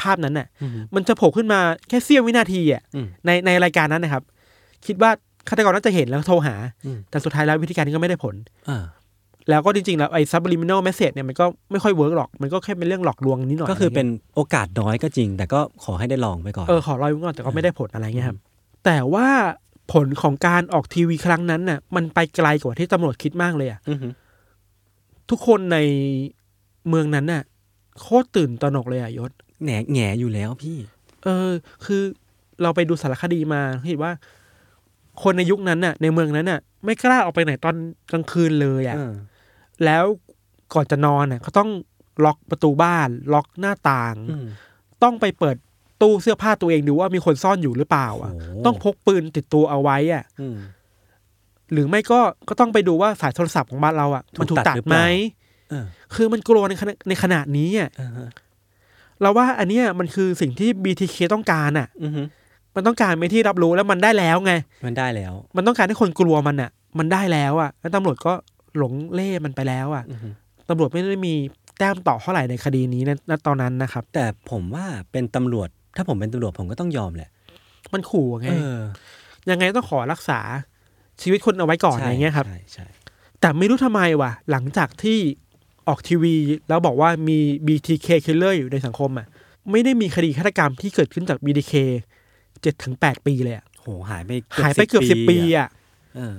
ภาพนั้นน่ะ
อืม
มันจะโผล่ขึ้นมาแค่เสี้ยววินาทีอ่ะ
อืม
ในในรายการนั้นนะครับ คิดว่าฆาตกรน่าจะเห็นแล้วโทรหา
อืม
แต่สุดท้ายแล้ววิธีการนี้ก็ไม่ได้ผล
อ่า
แล้วก็จริงๆ แล้วไอ้ subliminal message เนี่ยมันก็ไม่ค่อยเวิร์กหรอก มันก็แค่เป็นเรื่องหลอกลวงนิดหน่อย
ก็คือ
อะไรงี้ย
เป็นโอกาสน้อยก็จริง แต่ก็ขอให้ได้ลองไปก่อน
เออขอรอยไว้ก่อนแต่ก็ไม่ได้ผลอะไรเงี้ยครับ แต่ว่าผลของการออกทีวีครั้งนั้นน่ะ มันไปไกลกว่าที่ตำรวจคิดมากเลยอ่ะ
อือหือ
ทุกคนในเมืองนั้นน่ะโคตรตื่นตระหนกเลยอะยศ
แหน่แหงอยู่แล้วพี่
เออ คือเราไปดูสารคดีมาเห็นว่า คนในยุคนั้นน่ะ ในเมืองนั้นน่ะ ไม่กล้าออกไปไหนตอนกลางคืนเลยอะ
เออ
แล้วก่อนจะนอนน่ะเขาต้องล็อกประตูบ้าน ล็อกหน้าต่าง
อืม
ต้องไปเปิดตู้เสื้อผ้าตัวเองดูว่ามีคนซ่อนอยู่หรือเปล่าอะ
โอ้โห
ต้องพกปืนติดตัวเอาไว้อะ
อืม
หรือไม่ก็ก็ต้องไปดูว่าสายโทรศัพท์ของบ้านเราอ่ะ
ถูก
มันถูก
ตัด
ตัด
หรือเป
ไหม
ล่า เออ
คือมันกลัวในขณะในขนาดนี้อ่ะ
อ่าฮะ
เราว่าอันเนี้ยมันคือสิ่งที่ BTK ต้องการอ่ะ
อือฮึ
มันต้องการไม่ที่รับรู้แล้วมันได้แล้วไง
มันได้แล้ว
มันต้องการให้คนกลัวมันอ่ะ มันได้แล้วอ่ะแล้วตำรวจก็หลงเล่มันไปแล้วอ่ะ
อือฮึ
ตำรวจไม่ได้มีแต้มต่อเท่าไหร่ในคดีนี้นะณตอนนั้นนะครับ
แต่ผมว่าเป็นตำรวจ ถ้าผมเป็นตำรวจผมก็ต้องยอมแหละ
มันขู่ไง
เออ
ยังไงต้องขอรักษาชีวิตคนเอาไว้ก่อน
ใช่
อะไรเงี้ยครับ
ใช่ใช่
แต่ไม่รู้ทำไมว่ะ หลังจากที่ออกทีวี แล้วบอกว่ามี BTK killer อยู่ในสังคมอ่ะ ไม่ได้มีคดีฆาตกรรมที่เกิดขึ้นจาก BTK เจ็ดถึงแปดปีเลยอะ
โหหายไป
หายไปเกือบสิบปี
อ่ะ
อ่ะ
เออ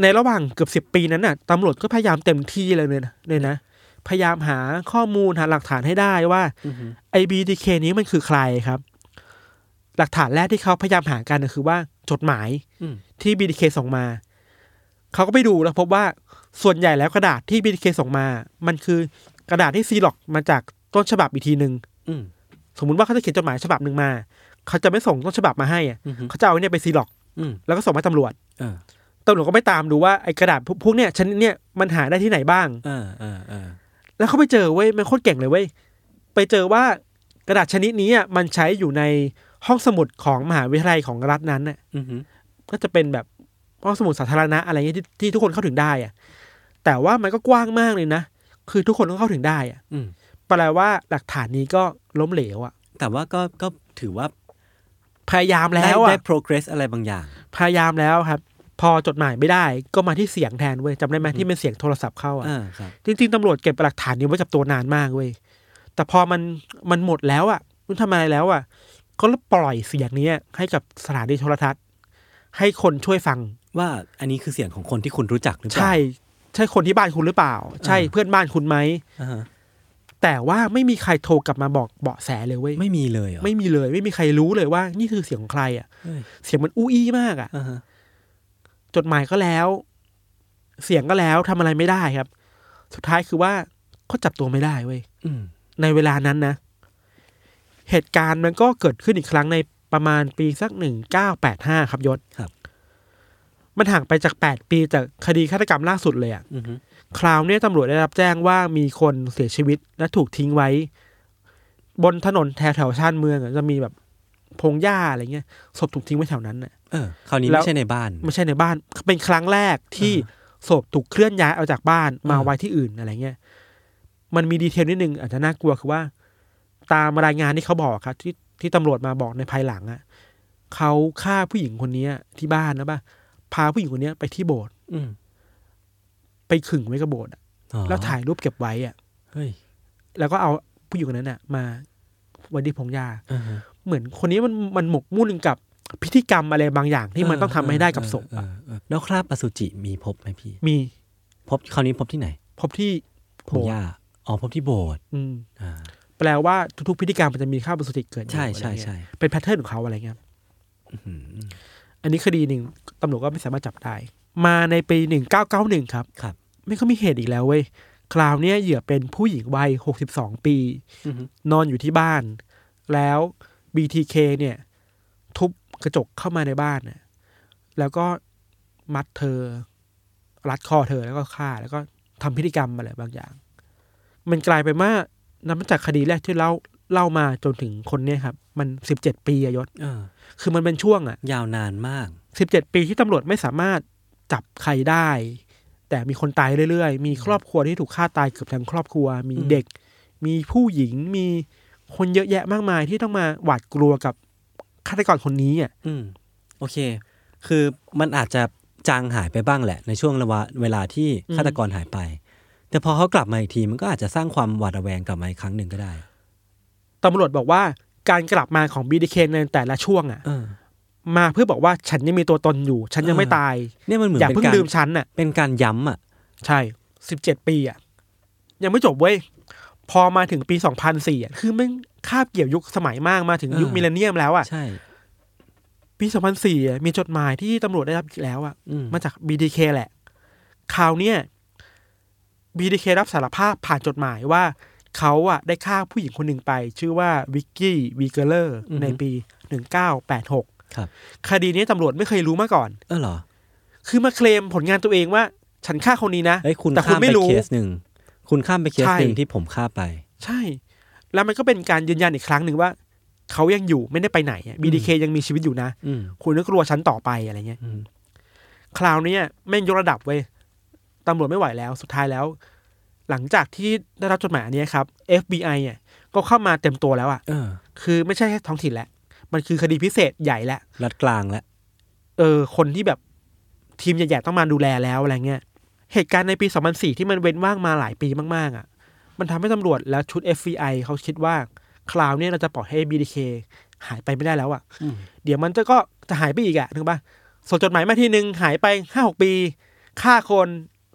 ในระหว่างเกือบสิบ10 ปีนั้นน่ะตำรวจก็พยายามเต็มที่เลยเลยนะเลยนะ พยายามหาข้อมูลหาหลักฐานให้ได้ว่าไอบีดีเคนี้มันคือใครครับ หลักฐานแรกที่เขาพยายามหากันก็คือว่าจดหมาย
อืม
ที่บีดีเคส่งมา เขาก็ไปดูแล้วพบว่าส่วนใหญ่แล้วกระดาษที่บีดีเคส่งมา มันคือกระดาษที่ซีล็อกมาจากต้นฉบับอีกทีหนึ่ง
อืม
สมมุติว่าเขาจะเขียนจดหมายฉบับหนึ่งมา เขาจะไม่ส่งต้นฉบับมาให้อะ
อือฮึ
เขาจะเอาไอ้เนี่ยไปซีล็อก
อืม
แล้วก็ส่งให้ตำรวจ
เออ
ตำรวจก็ไปตามดูว่าไอ้กระดาษพวกพวกเนี้ยชนิดเนี้ยมันหาได้ที่ไหนบ้าง
เออเออเออ
แล้วเขาไปเจอเว้ยมันโคตรเก่งเลยเว้ยไปเจอว่ากระดาษชนิดนี้อ่ะมันใช้อยู่ในห้องสมุดของมหาวิทยาลัยของรัฐนั้นน่ะ
อือฮึ
ก็จะเป็นแบบห้องสมุดสาธารณะอะไรเงี้ยที่ที่ทุกคนเข้าถึงได้อ่ะแต่ว่ามันก็กว้างมากเลยนะคือทุกคนต้องเข้าถึงได้อ่ะ
อืม
แปลว่าหลักฐานนี้ก็ล้มเหลวอ่ะ
แต่ว่าก็ก็ถือว่า
พยายาม
ได้
แล้ว
ได้
อ่ะ
progress อะไรบางอย่าง
พยายามแล้วครับ พอจดหมายไม่ได้ ก็มาที่เสียงแทนเว้ยจำได้ไหมที่เป็นเสียงโทรศัพท์เข้าอ่ะ
อ่าครับ
จริงๆ ตำรวจเก็บหลักฐานนี้ไว้กับตัวนานมากเว้ย แต่พอมันมันหมดแล้วอะ่ะมันทำอะไรแล้วอะ่ะ ก็ปล่อยเสียงนี้ให้กับสถานีโทรทัศน์ ให้คนช่วยฟัง
ว่าอันนี้คือเสียงของคนที่คุณรู้จักหรือเปล่า
ใช่ ใช่คนที่บ้านคุณหรือเปล่า ใช่เพื่อนบ้านคุณไหม
อ่าฮะ
แต่ว่าไม่มีใครโทรกลับมาบอกเบาะแสเลยเว้ย
ไม่มีเลยเหรอ
ไม่มีเลย ไม่มีใครรู้เลยว่า นี่คือเสียงของใครอะ่ะ
เฮ้ย
เสียงมันอู้อี้มากอ่ะ
อ่าฮะ
จดหมายก็แล้ว เสียงก็แล้วทำอะไรไม่ได้ครับ สุดท้ายคือว่าก็จับตัวไม่ได้เว้ย
อืม
ในเวลานั้นนะ เหตุการณ์มันก็เกิดขึ้นอีกครั้งในประมาณปีสักหนึ่งเก้าแปดห้าครับยศ
ครับ
มันห่างไปจากแปดปีจากคดีฆาตกรรมล่าสุดเลยอะ
อือฮึ
คราวเนี้ยตำรวจได้รับแจ้งว่ามีคนเสียชีวิตและถูกทิ้งไว้ บนถนนแถวแถวๆชานเมืองอะจะมีแบบพงหญ้าอะไรเงี้ยศพถูกทิ้งไว้แถวนั้นน่ะ
เออคราวนี้
แล้ว
ไม่ใช่ในบ้าน
ไม่ใช่ในบ้านเป็นครั้งแรกที่ศพถูกเคลื่อนย้ายออกจากบ้านมาไว้ที่อื่นอะไรเงี้ย มันมีดีเทลนิดนึงอาจจะน่ากลัวคือว่า ตามรายงานที่เขาบอกครับ ที่ที่ตำรวจมาบอกในภายหลังอะเขาฆ่าผู้หญิงคนนี้ที่บ้านนะป่ะพาผู้หญิงคนนี้ไปที่โบสถ์
อืม
ไปขึงไว้กับโบสถ์อะ
อ๋อ
แล้วถ่ายรูปเก็บไว้อะ
เฮ้ย
แล้วก็เอาผู้หญิงคนนั้นอะมาไวันที่พงหญ้า
อ่าฮะ
เหมือนคนนี้มันมันหมกมุ่นกับพิธีกรรมอะไรบางอย่างที่มันต้องทำให้ได้กับศพ
เอ
อะ
อเออเออแล้วคราบอสุจิมีพบไหมพี่
มี
พบคราวนี้พบที่ไหน
พบที่
พ
โบ
ง
สถ์
หญ้าอ๋อพบที่โบสถ์
อืม
อ่า
แปลว่าทุกๆพฤติกรรมมันจะมีค่าบสุจิเกิดอยู่
ใช่
อะไร
ใช่
เงี้ย
ใช่
เป็นแพทเทิร์นของเขาอะไรเงี้ย
อืม
อันนี้คดีหนึ่งตำรวจก็ไม่สามารถจับได้ มาในปีหนึ่งเก้าเก้าหนึ่งครับ
ครับ
ไม่ก็มีเหตุอีกแล้วเว้ย คราวเนี้ยเหยื่อเป็นผู้หญิงวัยหกสิบสองปี
อือฮึ
นอนอยู่ที่บ้าน แล้ว BTK เนี่ย ทุบกระจกเข้ามาในบ้านน่ะแล้วก็มัดเธอ รัดคอเธอแล้วก็ฆ่า แล้วก็ทำพิธีกรรมอะไรบางอย่าง มันกลายเป็นว่านับจากคดีแรกที่เล่าเล่ามาจนถึงคนเนี่ยครับ มันสิบเจ็ดปีอะยศ
เออ
คือมันเป็นช่วงอะ
ยาวนานมาก
สิบเจ็ดปีที่ตำรวจไม่สามารถจับใครได้ แต่มีคนตายเรื่อยๆ มีครอบครัวที่ถูกฆ่าตายเกือบทั้งครอบครัว มีเด็ก มีผู้หญิงมีคนเยอะแยะมากมายที่ต้องมาหวาดกลัวกับฆาตกรคนนี้อ่ะ
อืมโอเค คือมันอาจจะจางหายไปบ้างแหละ ในช่วงระวะเวลาที่ฆาตกรหายไป แต่พอเขากลับมาอีกทีมันก็อาจจะสร้างความหวาดระแวงกลับมาอีกครั้งหนึ่งก็ได้
ตำรวจบอกว่าการกลับมาของบีดีเคนในแต่ละช่วงอ่ะ
เออ
มาเพื่อบอกว่าฉันยังมีตัวตนอยู่ ฉันยังไม่ตาย
เนี่ยมันเหมือน
อย่า
เป็น
เพิ่ง
การ
ลืมฉันน่ะ
เป็นการย้ำอ่ะ
ใช่ สิบเจ็ดปีอ่ะ ยังไม่จบเว้ย พอมาถึงปีสองพันสี่ะคือมันคาบเกี่ยวยุคสมัยมากมาถึงยุค
เออ
มิเลเนียมแล้วอ่ะ
ใช่
ปีสองพันสี่ะมีจดหมายที่ตำรวจได้รับอีกแล้วอ่ะ
อืม
มาจาก BDK แหละ คราวเนี้ย BDK รับสารภาพผ่านจดหมายว่า เขาอ่ะได้ฆ่าผู้หญิงคนหนึ่งไป ชื่อว่าวิกกี้วีเกเลอร์ในปีหนึ่งเก้าแปดหก
ครับ
คดีนี้ตำรวจไม่เคยรู้มาก่อน
เออเหรอ
คือมาเคลมผลงานตัวเองว่า ฉันฆ่าคนนี้นะ
เอ้ยคุณ
แต่คุ
ข้าม
ณไม่
ไป
รู้
เคสหนึ่งคุณข้ามไปเคส
ใช่
หนึ่งที่ผมข้ามไป
ใช่ แล้วมันก็เป็นการยืนยันอีกครั้งหนึ่งว่า เขายังอยู่ไม่ได้ไปไหนอะ BDK ยังมีชีวิตอยู่นะ
อืม
คุณก็กลัวฉันต่อไปอะไรเงี้ย
อืม
คราวเนี้ยแม่งยกระดับเว้ยตำรวจไม่ไหวแล้วสุดท้ายแล้ว หลังจากที่ได้รับจดหมายอันเนี้ยครับ FBI เนี่ยก็เข้ามาเต็มตัวแล้วอะ่ะ
เออ
คือไม่ใช่แค่ท้องถิ่นแล้ว มันคือคดีพิเศษใหญ่แล้ว
รัดกลางแล้ว
เออคนที่แบบทีมใหญ่ๆต้องมาดูแลแล้วอะไรเงี้ย เหตุการณ์ในปี 2004 ที่มันเว้นว่างมาหลายปีมากๆอะ่ะ มันทำให้ตำรวจและชุด FBI เขาคิดว่า คราวเนี้ยเราจะปล่อยให้ BDK หายไปไม่ได้แล้วอะ่ะ เดี๋ยวมันจะก็จะหายไปอีกอะ่ะนึกปะส่งจดหมายมาทีหนึ่งหายไปห้าหกปีฆ่าคน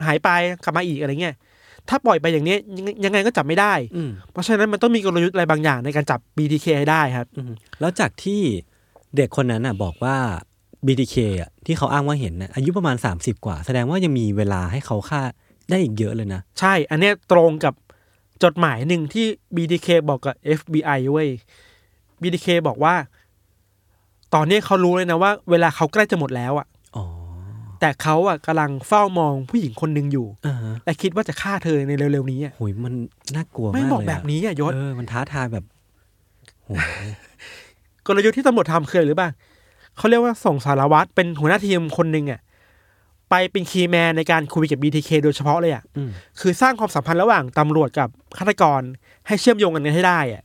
หายไปกลับมาอีกอะไรเงี้ย ถ้าปล่อยไปอย่างเนี้ยยังยังไงก็จับไม่ได้
อืม
เพราะฉะนั้นมันต้องมีกลยุทธ์อะไรบางอย่างในการจับ BDK ให้ได้ครับ
แล้วจากที่เด็กคนนั้นน่ะบอกว่า BTK อ่ะที่เขาอ้างว่าเห็นนะอายุประมาณ 30 กว่า แสดงว่ายังมีเวลาให้เขาฆ่าได้อีกเยอะเลยนะ
ใช่ อันเนี้ยตรงกับจดหมายหนึ่งที่ BDK บอกกับ FBI เว้ย BDK บอกว่า ตอนเนี้ยเขารู้เลยนะว่า เวลาเขาใกล้จะหมดแล้วอะ
อ๋อ
แต่เขาอะกำลังเฝ้ามองผู้หญิงคนหนึ่งอยู่
อ่าฮะ
และคิดว่าจะฆ่าเธอในเร็วๆนี้อะ
โหยมันน่ากลัวมาก
ไม่
เลยะ
บอกแบบนี้อะยศ
เออมันท้าทายแบบโห
กลยุทธ์ที่ตำรวจทำคืออะไรหรือเปล่าเขาเรียกว่าส่งสารวัตรเป็นหัวหน้าทีมคนหนึ่งอะไปเป็นคีย์แมนในการคุยกับ BTK โดยเฉพาะเลยอะ
อืม
คือสร้างความสัมพันธ์ระหว่างตำรวจกับฆาตกรให้เชื่อมโยงกันให้ได้อะ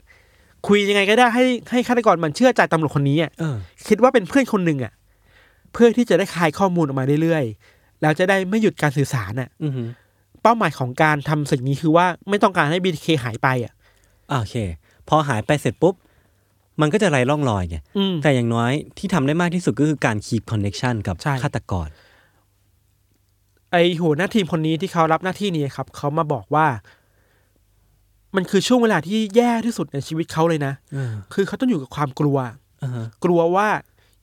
คุยยังไงก็ได้ให้ให้ฆาตกรมันเชื่อใจตำรวจคนนี้อะ
เออ
คิดว่าเป็นเพื่อนคนหนึ่งอะเพื่อที่จะได้คลายข้อมูลออกมาเรื่อยๆ แล้วจะได้ไม่หยุดการสื่อสารอะ
อือฮึ
เป้าหมายของการทำสิ่งนี้คือว่าไม่ต้องการให้บีเคหายไปอะ
อ่าโอเค พอหายไปเสร็จปุ๊บ มันก็จะไรร่องรอยไง
อืม
แต่อย่างน้อยที่ทำได้มากที่สุดก็คือการ keep connection กับ
ใช่
ฆาตกร
ไอหัวหน้าทีมคนนี้ที่เขารับหน้าที่นี้ครับ เขามาบอกว่า มันคือช่วงเวลาที่แย่ที่สุดในชีวิตเขาเลยนะ
เออ
คือเขาต้องอยู่กับความกลัว
อ่าฮะ
กลัวว่า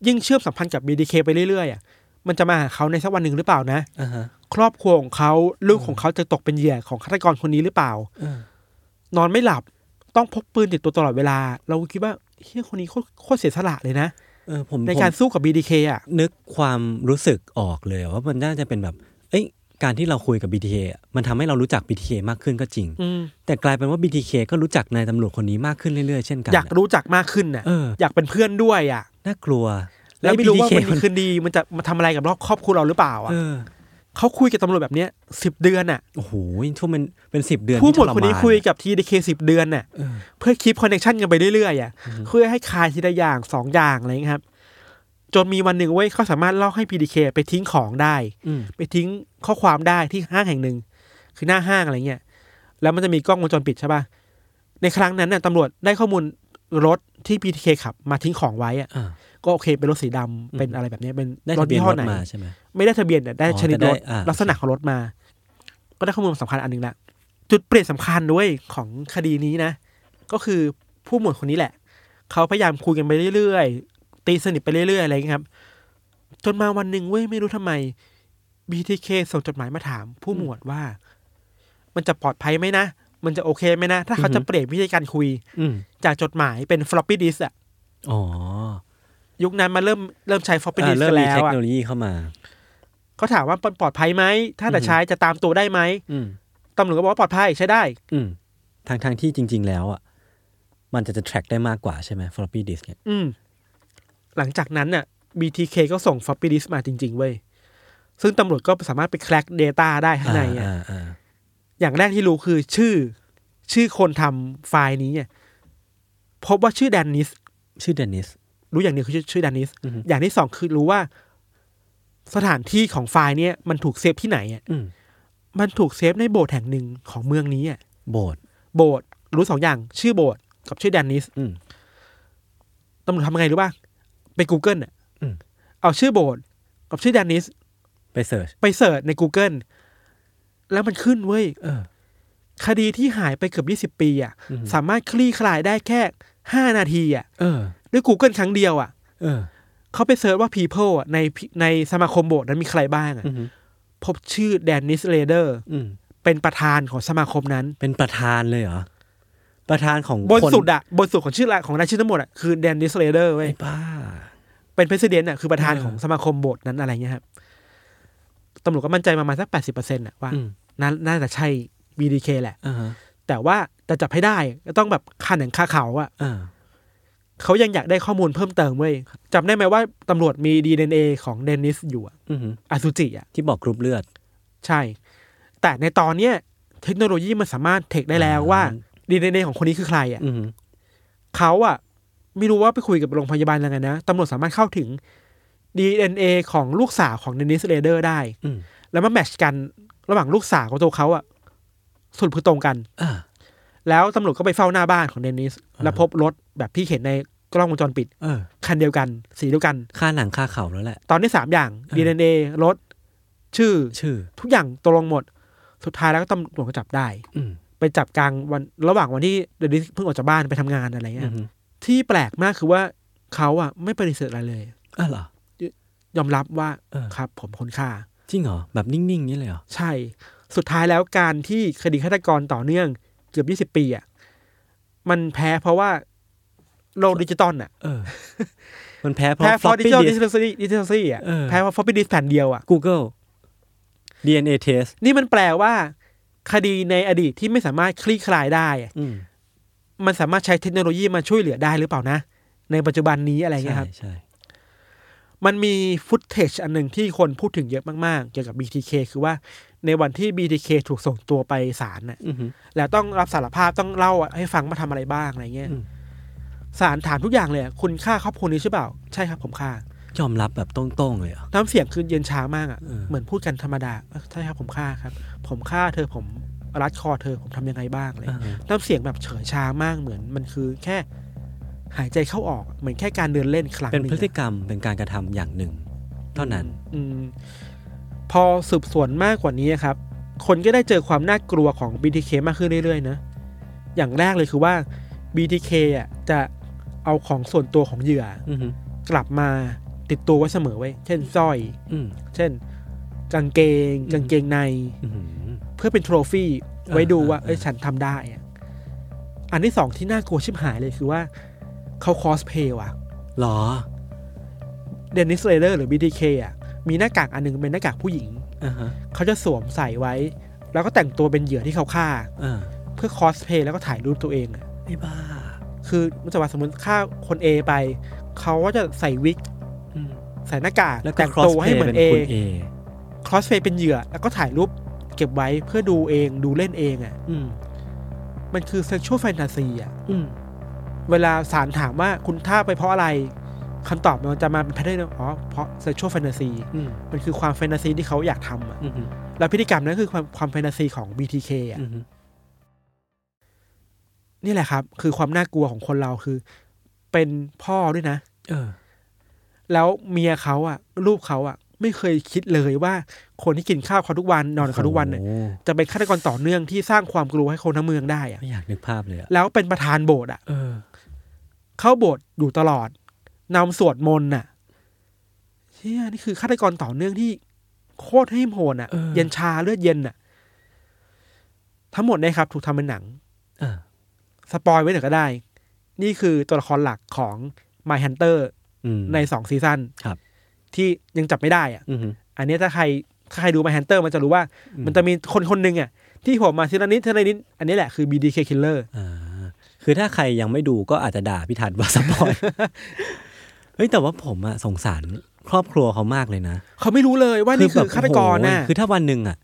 ยิ่งเชื่อมสัมพันธ์กับ BDK ไปเรื่อยๆอ่ะมันจะมาหาเขาในสักวันหนึ่งหรือเปล่านะ
อ่าฮะ
ครอบครัวของเขาลูกของเขาจะตกเป็นเหยื่อของฆาตกรคนนี้หรือเปล่า
เออ
นอนไม่หลับต้องพกปืนติดตัวตลอดเวลา เราคิดว่าเฮียคนนี้โคตรโคตรเสียสละเลยนะ
เออผม
ในการ
ผม
สู้กับ BDK อ่ะ
นึกความรู้สึกออกเลยว่ามันน่าจะเป็นแบบ เอ้ย การที่เราคุยกับ BTK อะมันทำให้เรารู้จัก BTK มากขึ้นก็จริง
อืม
แต่กลายเป็นว่า BTK ก็รู้จักนายตำรวจคนนี้มากขึ้นเรื่อยๆ เช่นกัน
อยาก
อะ
รู้จักมากขึ้นน่ะ
เอออ
ยากเป็นเพื่อนด้วยอ่ะ
น่ากลัว
แล้วไม่รู้ว่าวัน
มั
นี้คืนดีมันจะมาทำอะไรกับรอบครอบครัวเราหรือเปล่าอ่ะ
เออ
เขาคุยกับตำรวจแบบเนี้ยสิบเดือนอ่ะ
โอ้โหช่วงมันเป็นสิบเดือน
ผู้หมว
ที่
ด
ทรมา
คนนี้คุยกับทีดเคสิบเดือนน่ะเพื่อคลิปคอนเนคชันกันไปเรื่อยๆอ่ะเพื่อให้คลายทีละอย่างสองอย่างอะไรอย่างเงี้ยครับ จนมีวันหนึ่งเว้ยเขาสามารถเล่าให้พีดีเคไปทิ้งของได้
อืม
ไปทิ้งข้อความได้ที่ห้างแห่งหนึ่ง คือหน้าห้างอะไรเงี้ยแล้วมันจะมีกล้องวงจรปิดใช่ป่ะในครั้งนั้นน่ะตำรวจได้ข้อมูลรถที่พีดีเคขับ มาทิ้งของไว้อ่ะ
อ่า
ก็โอเคเป็นรถสีดำเป็นอะไรแบบเนี้ยเป็น
ได้
ร
ทะ
ถ
เบียน
ยี่
ร
ห้อ
ถ
ไหน
มาใช่ไหม
ไม่ได้ทะเบียนแต่ได้
อ๋อ
ชนิดรถ
แต่ได้อ่า
ลักษณะของรถมา ก็ได้ข้อมูลสำคัญอันหนึ่งละจุดเปลี่ยนสำคัญด้วยของคดีนี้นะ ก็คือผู้หมวดคนนี้แหละ เขาพยายามคุยกันไปเรื่อยๆ ตีสนิทไปเรื่อยๆ อะไรอย่างนี้ยครับ จนมาวันหนึ่งเว้ยไม่รู้ทำไม BTK ส่งจดหมายมาถาม ผู้หมวดว่า มันจะปลอดภัยไหมนะ มันจะโอเคไหมนะ ถ้าเขาจะเปลี่ยนวิธีการคุย
อืม
จากจดหมายเป็น floppy disk อะ
อ๋อ
ยุคนั้นมาเริ่มเริ่มใช้ floppy
อ่า
disk
เริ่ม
กัน
มี
แล้ว
เทค
อะ
โนโลยีเข้ามา
เขาถามว่าปลอดภัยไหมถ้าแต่ใช้จะตามตัวได้ไหม
อืม
ตำรวจก็บอกว่าปลอดภัยใช้ได้
อืมทางทางๆที่จริง ๆ แล้วอ่ะมันจะจะ track ได้มากกว่าใช่ไหม floppy disk เนี่ย
อืม หลังจากนั้นน่ะ BTK ก็ส่ง floppy disk มาจริง ๆ เว้ย ซึ่งตำรวจก็สามารถไปแคลก Data ได้ข้างในอ่ะ
อ่าอ่า
อย่างแรกที่รู้คือชื่อ ชื่อคนทำไฟล์นี้เนี่ยพบว่าชื่อแดนนิส
ชื่อเดนิส
รู้อย่างเดียวคือชื่อชื่อแดนนิส อย่างที่สองคือรู้ว่า สถานที่ของไฟล์เนี่ยมันถูกเซฟที่ไหนอ่ะ
อืม
มันถูกเซฟในโบสถ์แห่งหนึ่งของเมืองนี้อ่ะ
โบสถ์
โบสถ์รู้สองอย่าง ชื่อโบสถ์กับชื่อแดนนิส
อืม
ตำรวจทำไงรู้ป่ะไป Google อ่ะ
อืม
เอาชื่อโบสถ์กับชื่อแดนนิส
ไปเสิร์ช
ไปเสิร์ชใน Google แล้วมันขึ้นเว้ย
เออ
คดีที่หายไปเกือบยี่สิบปีอ่ะ
อืม
สามารถคลี่คลายได้แค่ห้านาทีอ่ะ
เออ
ด้วย Google ครั้งเดียวอ่ะ
เออ
เขาไปเซิร์ชว่า people อะในในสมาคมโบสถ์นั้นมีใครบ้างอ่ะ
อือหือ
พบชื่อแดนนิสเลเดอร์
อืม
เป็นประธานของสมาคมนั้น
เป็นประธานเลยเหรอ ประธานของ
บน
คน
สุดอ่ะ บนสุดของชื่อละของรายชื่อทั้งหมดอ่ะคือแดนนิสเลเดอร์เว้ย
ไอ้บ้า
เป็นประธานอ่ะคือประธาน
เออ
ของสมาคมโบสถ์นั้นอะไรเงี้ยครับตำรวจก็มั่นใจประมาณสักแปดสิบเปอร์เซ็นต์อ่ะว่า
อืม
น่าน่าจะใช่ BDK แหละ
อ่าฮะ
แต่ว่าจะจับให้ได้ก็ต้องแบบคันหนังคาเขาอ่ะ
อ่า
เขายังอยากได้ข้อมูลเพิ่มเติมเว้ยจำได้ไหมว่าตำรวจมี DNA ของเดนนิสอยู่อะ
อือหือ
อสุจิอ่ะ
ที่บอกกรุ๊ปเลือด
ใช่ แต่ในตอนเนี้ยเทคโนโลยีมันสามารถเทคได้แล้วว่า DNA ของคนนี้คือใครอ่ะ
อือหือ
เขาอ่ะ ไม่รู้ว่าไปคุยกับโรงพยาบาลยังไงนะตำรวจสามารถเข้าถึง DNA ของลูกสาวของเดนนิสเลเดอร์ได้
อืม
แล้วมาแมทชกันระหว่างลูกสาวกับตัวเขาอ่ะสรุดพือตรงกัน
อ่า
แล้วตำรวจก็ไปเฝ้าหน้าบ้านของเดนนิสแล้วพบรถแบบที่เห็นในกล้องวงจรปิด
เออ
คันเดียวกัน สีเดียวกัน
ค่าหนังค่าเขาแล้วแหละ
ตอนนี้สามอย่าง
เออ
DNA รถ ชื่อ
ชื่อ
ทุกอย่างตกลงหมด สุดท้ายแล้วก็ตำรวจก็จับได้
อืม
ไปจับกลางวันระหว่างวันที่เดนนิสเพิ่งออกจากบ้านไปทำงานอะไรเงี้
อื
ย
อหือ
ที่แปลกมากคือว่าเขาอะไม่ปฏิเสธอะไรเลย
อ่ะเหรอ
ยอมรับว่า
เออ
ครับ ผมคนฆ่า
จริงเหรอ แบบนิ่งๆนี่เลยเหรอ
ใช่ สุดท้ายแล้วการที่คดีฆาตกรต่อเนื่องเกือบยี่สิบปีอะมันแพ้เพราะว่าโลกดิจิตอลอะ
เออ มันแพ้เพราะ
แพ้เพราะดิจิ
floppy
ตอลดิ
disk
จิทัลซีดิจิทัลซีอะ
เออ
แพ้เพราะฟอปปี้ดิสแผ่นเดียวอะ
Google DNA test
นี่มันแปลว่า คดีในอดีตที่ไม่สามารถคลี่คลายได้อะ
อืม
มันสามารถใช้เทคโนโลยีมาช่วยเหลือได้หรือเปล่านะ ในปัจจุบันนี้อะไรเงี้
ใช่
ยครับ
ใช่
มันมีฟุตเทจอันหนึ่งที่คนพูดถึงเยอะมากๆ เกี่ยวกับ BTK คือว่าในวันที่ BTK ถูกส่งตัวไปศาลน่ะ
อือหือ
แล้วต้องรับสารภาพต้องเล่าให้ฟังมาทำอะไรบ้างอะไรเงี้ย
อืม
ศาลถามทุกอย่างเลยอะคุณฆ่าครอบครัวนี้ใช่เปล่า ใช่ครับผมฆ่าย
อมรับแบบตรงๆเลยเหรอ
น้ำเสียงคือเย็นช้ามากอ่ะ
เออ
เหมือนพูดกันธรรมดาเอ้อใช่ครับผมฆ่าครับ ผมฆ่าเธอผมรัดคอเธอผมทำยังไงบ้างอะไร
อ่า
เงี้ย น้ำเสียงแบบเฉยชามากเหมือนมันคือแค่หายใจเข้าออกเหมือนแค่การเดินเล่นครั้งห
เป็น
งอะ
พฤติกรรมเป็นการกระทำอย่างหนึ่ง เท่านั้น
อืมพอสืบสวนมากกว่านี้ครับ คนก็ได้เจอความน่ากลัวของ BTK มากขึ้นเรื่อยๆนะ อย่างแรกเลยคือว่า BTK อ่ะจะเอาของส่วนตัวของเหยื่อ
อือหือก
ลับมาติดตัวไว้เสมอไว้ยเช่นสร้อย
อืม
เช่น กางเกง
อืม
กางเกงใน
อื้อหือ
เพื่อเป็นโทรฟี่ไว้ดูว่า
อ่า
เอ้ยฉันทำได้อะอันที่สองที่น่ากลัวชิบหายเลยคือว่าเขาคอสเพลย์ว่ะ
หรอ
เดนนิสเลเดอร์หรือ BTK อ่ะมีหน้ากากอันหนึงเป็นหน้ากากผู้หญิง
อ่าฮะ
เขาจะสวมใส่ไว้ แล้วก็แต่งตัวเป็นเหยื่อที่เขาฆ่า
อ่า
เพื่อคอสเพลย์แล้วก็ถ่ายรูปตัวเองอะ
ไอ้บ้า
คือมันจะว่าสมมติฆ่าคน A ไป เขาก็จะใส่วิก
อืม
ใส่หน้ากาก
แล้วก็
แต่ง
ครอ
ตั
ส
ว
เพ
ให้เหมื
เป็
อน น A
คุณเอ
คอสเพลย์เป็นเหยื่อ แล้วก็ถ่ายรูปเก็บไว้เพื่อดูเองดูเล่นเองอ่ะ
อืม
มันคือเซ็กชวลแฟนตาซีอ่ะ
อืม
เวลาสารถามว่าคุณท่าไปเพราะอะไรคำตอบมันจะมาเป็นแพทเทิร์นว่าอ๋อ เพราะเซ็กชวลแฟนตาซี
อืม
มันคือความแฟนตาซีที่เขาอยากทำอะ
อืม
แล้วพฤติกรรมนั้นคือความความแฟนตาซีของ BTK อ่ะ
อืม
นี่แหละครับ คือความน่ากลัวของคนเราคือ เป็นพ่อด้วยนะ
เออ
แล้วเมียเขาอ่ะ ลูกเขาอ่ะ ไม่เคยคิดเลยว่าคนที่กินข้าวเขาทุกวันนอนกับเขาทุกวันเนี่ย
โอ้โห
จะเป็นฆาตกรต่อเนื่องที่สร้างความกลัวให้คนทั้งเมืองได้อ่ะ
ไม่อยากนึกภาพเลยอะ
แล้วเป็นประธานโบสถ์อ่ะ
เออ
เข้าโบสถ์อยู่ตลอดนำสวดมนต์น่ะเชี่ยนี่คือฆาตกรต่อเนื่องที่โคตรให้โหดน่ะ
เออ
เย็นชาเลือดเย็นน่ะ ทั้งหมดเนะครับ ถูกทำเป็นหนัง
อ่า
สปอยไว้หน่อยก็ได้ นี่คือตัวละครหลักของ My Hunter
อืม
ในสองซีซั่น
ครับ
ที่ยังจับไม่ได้อ่ะ
อืม
อันนี้ถ้าใครถ้าใครดู My Hunter มันจะรู้ว่า
อืม
มันจะมีคนคนหนึ่งอ่ะ ที่ผมมาทีละนิดทีละนิดอันนี้แหละคือ BDK Killer
อ่าคือถ้าใครยังไม่ดูก็อาจจะด่าพี่ทันว่าสปอย เฮ้ยแต่ว่าผมอะสงสารครอบครัวเขามากเลยนะ
เขาไม่รู้เลยว่านี่คื
แบ
อฆาตกรน่ะ
โอ้โหคือถ้าวันหนึ่งอะ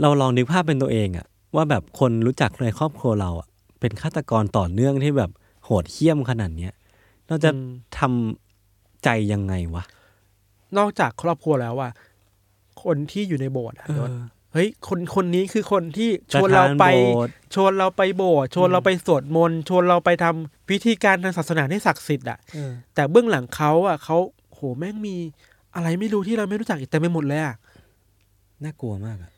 เราลองนึกภาพเป็นตัวเองอะว่าแบบคนรู้จักในครอบครัวเราอะเป็นฆาตกรต่อเนื่องที่แบบโหดเหี้ยมขนาดเนี้ยเราจะ
อืม
ทำใจยังไงวะ
นอกจากครอบครัวแล้วอะคนที่อยู่ในโบสถ์อะ
เออ
เฮ้ยคนคนนี้คือคนที่ชวนเราไป
ะธนโบสถ์
ชวนเราไปโบสถ์ชวนเราไปสวดมนต์ชวนเราไปทำพิธีการทางศาสนาที่ศักดิ์สิทธิ์อะ
เออ
แต่เบื้องหลังเขาอะเขาโหแม่งมีอะไรไม่รู้ที่เราไม่รู้จักอีกเต็มไปหมดเลยอะ
น่ากลัวมากอะ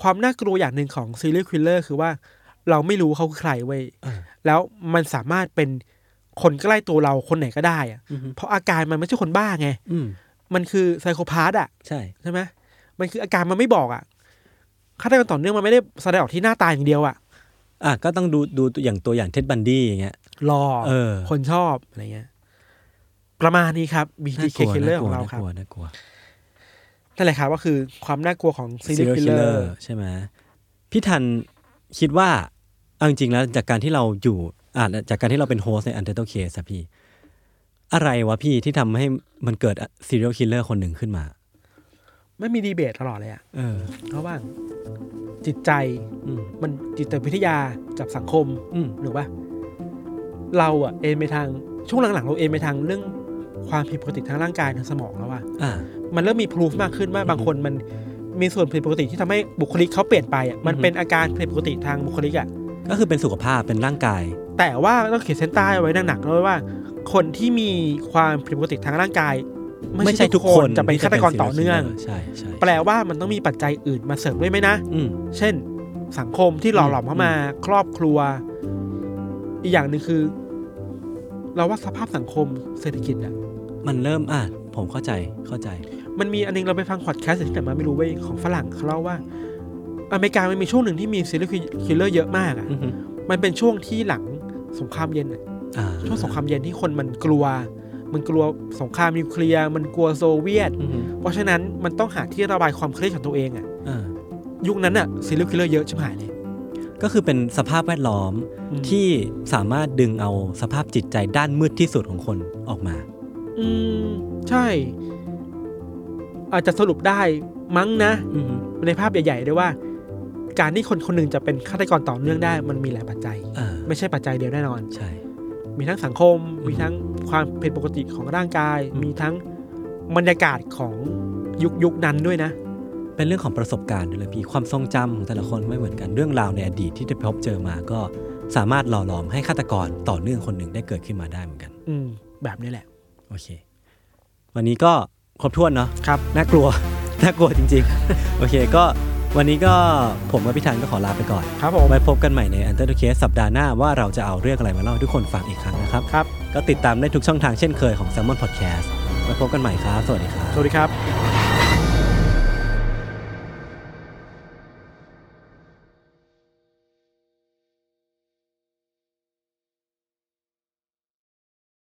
ความน่ากลัวอย่างหนึ่งของซีรีส์คิลเลอร์คือว่า เราไม่รู้เขาคือใครเว้ย
เออ
แล้วมันสามารถเป็นคนใกล้ตัวเราคนไหนก็ได้อะเพราะอาการมันไม่ใช่คนบ้าไง
อืม
มันคือไซโคพาสอ่ะ
ใช่
ใช่ไหมมันคืออาการมันไม่บอกอ่ะฆาตกรต่อเนื่องมันไม่ได้แสดงออกที่หน้าตาอย่างเดียวอ่ะ
อ่ะก็ต้องดูดูตัวอย่างตัวอย่างเท็ดบันดี้อย่างเงี้ย
รอ
เออ
คนชอบอะไรเงี้ย ประมาณนี้ครับ
น่า
BTK
กลัว
Killer
น่ากลัว
ของเรา
น่า
ครั
ก
บ
ลัวน่ากลัว
นั่นแหละครับก็คือความน่ากลัวของ
ซี
serial
เรียลคิลเลอ
killer
ร์ใช่ไหมพี่ทันคิดว่าเอาจริงๆแล้วจากการที่เราอยู่อ่าจากการที่เราเป็นโฮสต์ในอันเ t อร์เคสอะพี่ อะไรวะพี่ที่ทำให้มันเกิดซีเรียลคิลเลอร์คนหนึ่งขึ้นมา
ไม่มีดีเบตตลอดเลยอ่ะ
เออ
เพราะว่าจิตใจ
อืม
มันจิตวิทยากับสังคม
อืม
หรือว่าเราอ่ะเอนไปทางช่วงหลังๆ เราเอนไปทางเรื่องความผิดปกติทางร่างกายทางสมองแล้วอ่ะ
อ่า
มันเริ่มมีพ o ู f มากขึ้นว่าบางคนมันมีส่วนผิดปกติที่ทำให้บุคลิกเขาเปลี่ยนไปอ่ะมัน
อือฮึ
เป็นอาการผิดปกติทางบุคลิกอ่ะ
ก็คือเป็นสุขภาพเป็นร่างกาย
แต่ว่าต้องเขียนเส้นใต้ไว้หนักๆด้วยว่า คนที่มีความผิดปกติทางร่างกาย ไม่
ไม่
ใช่
ใช่
ทุ
ทุ
ก
ก
ค
คน น
จะเป็นฆาตกรต่อเนื่อง
ใช่ใช่
แปลว่ามันต้องมีปัจจัยอื่นมาเสริมด้วยไหมนะ
อืม
เช่น สังคมที่หล่อหลอมเข้ามาครอบครัว อีกอย่างหนึ่งคือ เราว่าสภาพสังคมเศรษฐกิจอ่ะ
มันเริ่มอ่ะผมเข้าใจเข้าใจ
มันมีอันนึงเราไปฟังพอดแคสต์ที่ไหนมาไม่รู้เว้ยของฝรั่งเขาเล่าว่า อเมริกามันมีช่วงหนึ่งที่มีซีรีส์คิลเลอร์เยอะมากอะ
อือฮึ
มันเป็นช่วงที่หลังสงครามเย็นอะ
อ่า
ช่วงสงครามเย็นที่คนมันกลัว มันกลัวสงครามนิวเคลียร์มันกลัวโซเวียต
อือฮึ
เพราะฉะนั้นมันต้องหาที่ระบายความเครียดของตัวเองอะ
อ่า
ยุคนั้นอะซีรีส์คิลเลอร์เยอะชิบหายเลย
ก็คือเป็นสภาพแวดล้อม
อืม
ที่สามารถดึงเอาสภาพจิตใจด้านมืดที่สุดของคนออกมา
อืมใช่ อาจจะสรุปได้มั้งนะ
อือฮึ
ในภาพใหญ่ๆได้ว่า การที่คนคนหนึ่งจะเป็นฆาตกรต่อเนื่องได้ มันมีหลายปัจจัย
อ่า
ไม่ใช่ปัจจัยเดียวแน่นอน
ใช่
มีทั้งสังคม
อืม
มีทั้งความผิดปกติของร่างกาย
อืม
มีทั้งบรรยากาศของยุคยุคนั้นด้วยนะ
เป็นเรื่องของประสบการณ์ด้วยเลยพี่ความทรงจำของแต่ละคนไม่เหมือนกันเรื่องราวในอดีตที่ได้พบเจอมาก็สามารถหล่อหลอมให้ฆาตกรต่อเนื่องคนหนึ่งได้เกิดขึ้นมาได้เหมือนกัน
อืม แบบนี้แหละ
โอเค วันนี้ก็ครบถ้วนเนาะ
ครับ
น่ากลัว น่ากลัวจริง ๆ โอเคก็วันนี้ก็ผมกับพี่ธันก็ขอลาไปก่อน
ครับผม
ไว้พบกันใหม่ใน u n t e r Case สัปดาห์หน้าว่าเราจะเอาเรื่องอะไรมาเล่าให้ทุกคนฟังอีกครั้งนะครับ
ครับ
ก็ติดตามได้ทุกช่องทางเช่นเคยของ s ซ l m o n Podcast ไว้พบกันใหม่ครับสวัสดีครับ
สวัสดีครับ
Podcast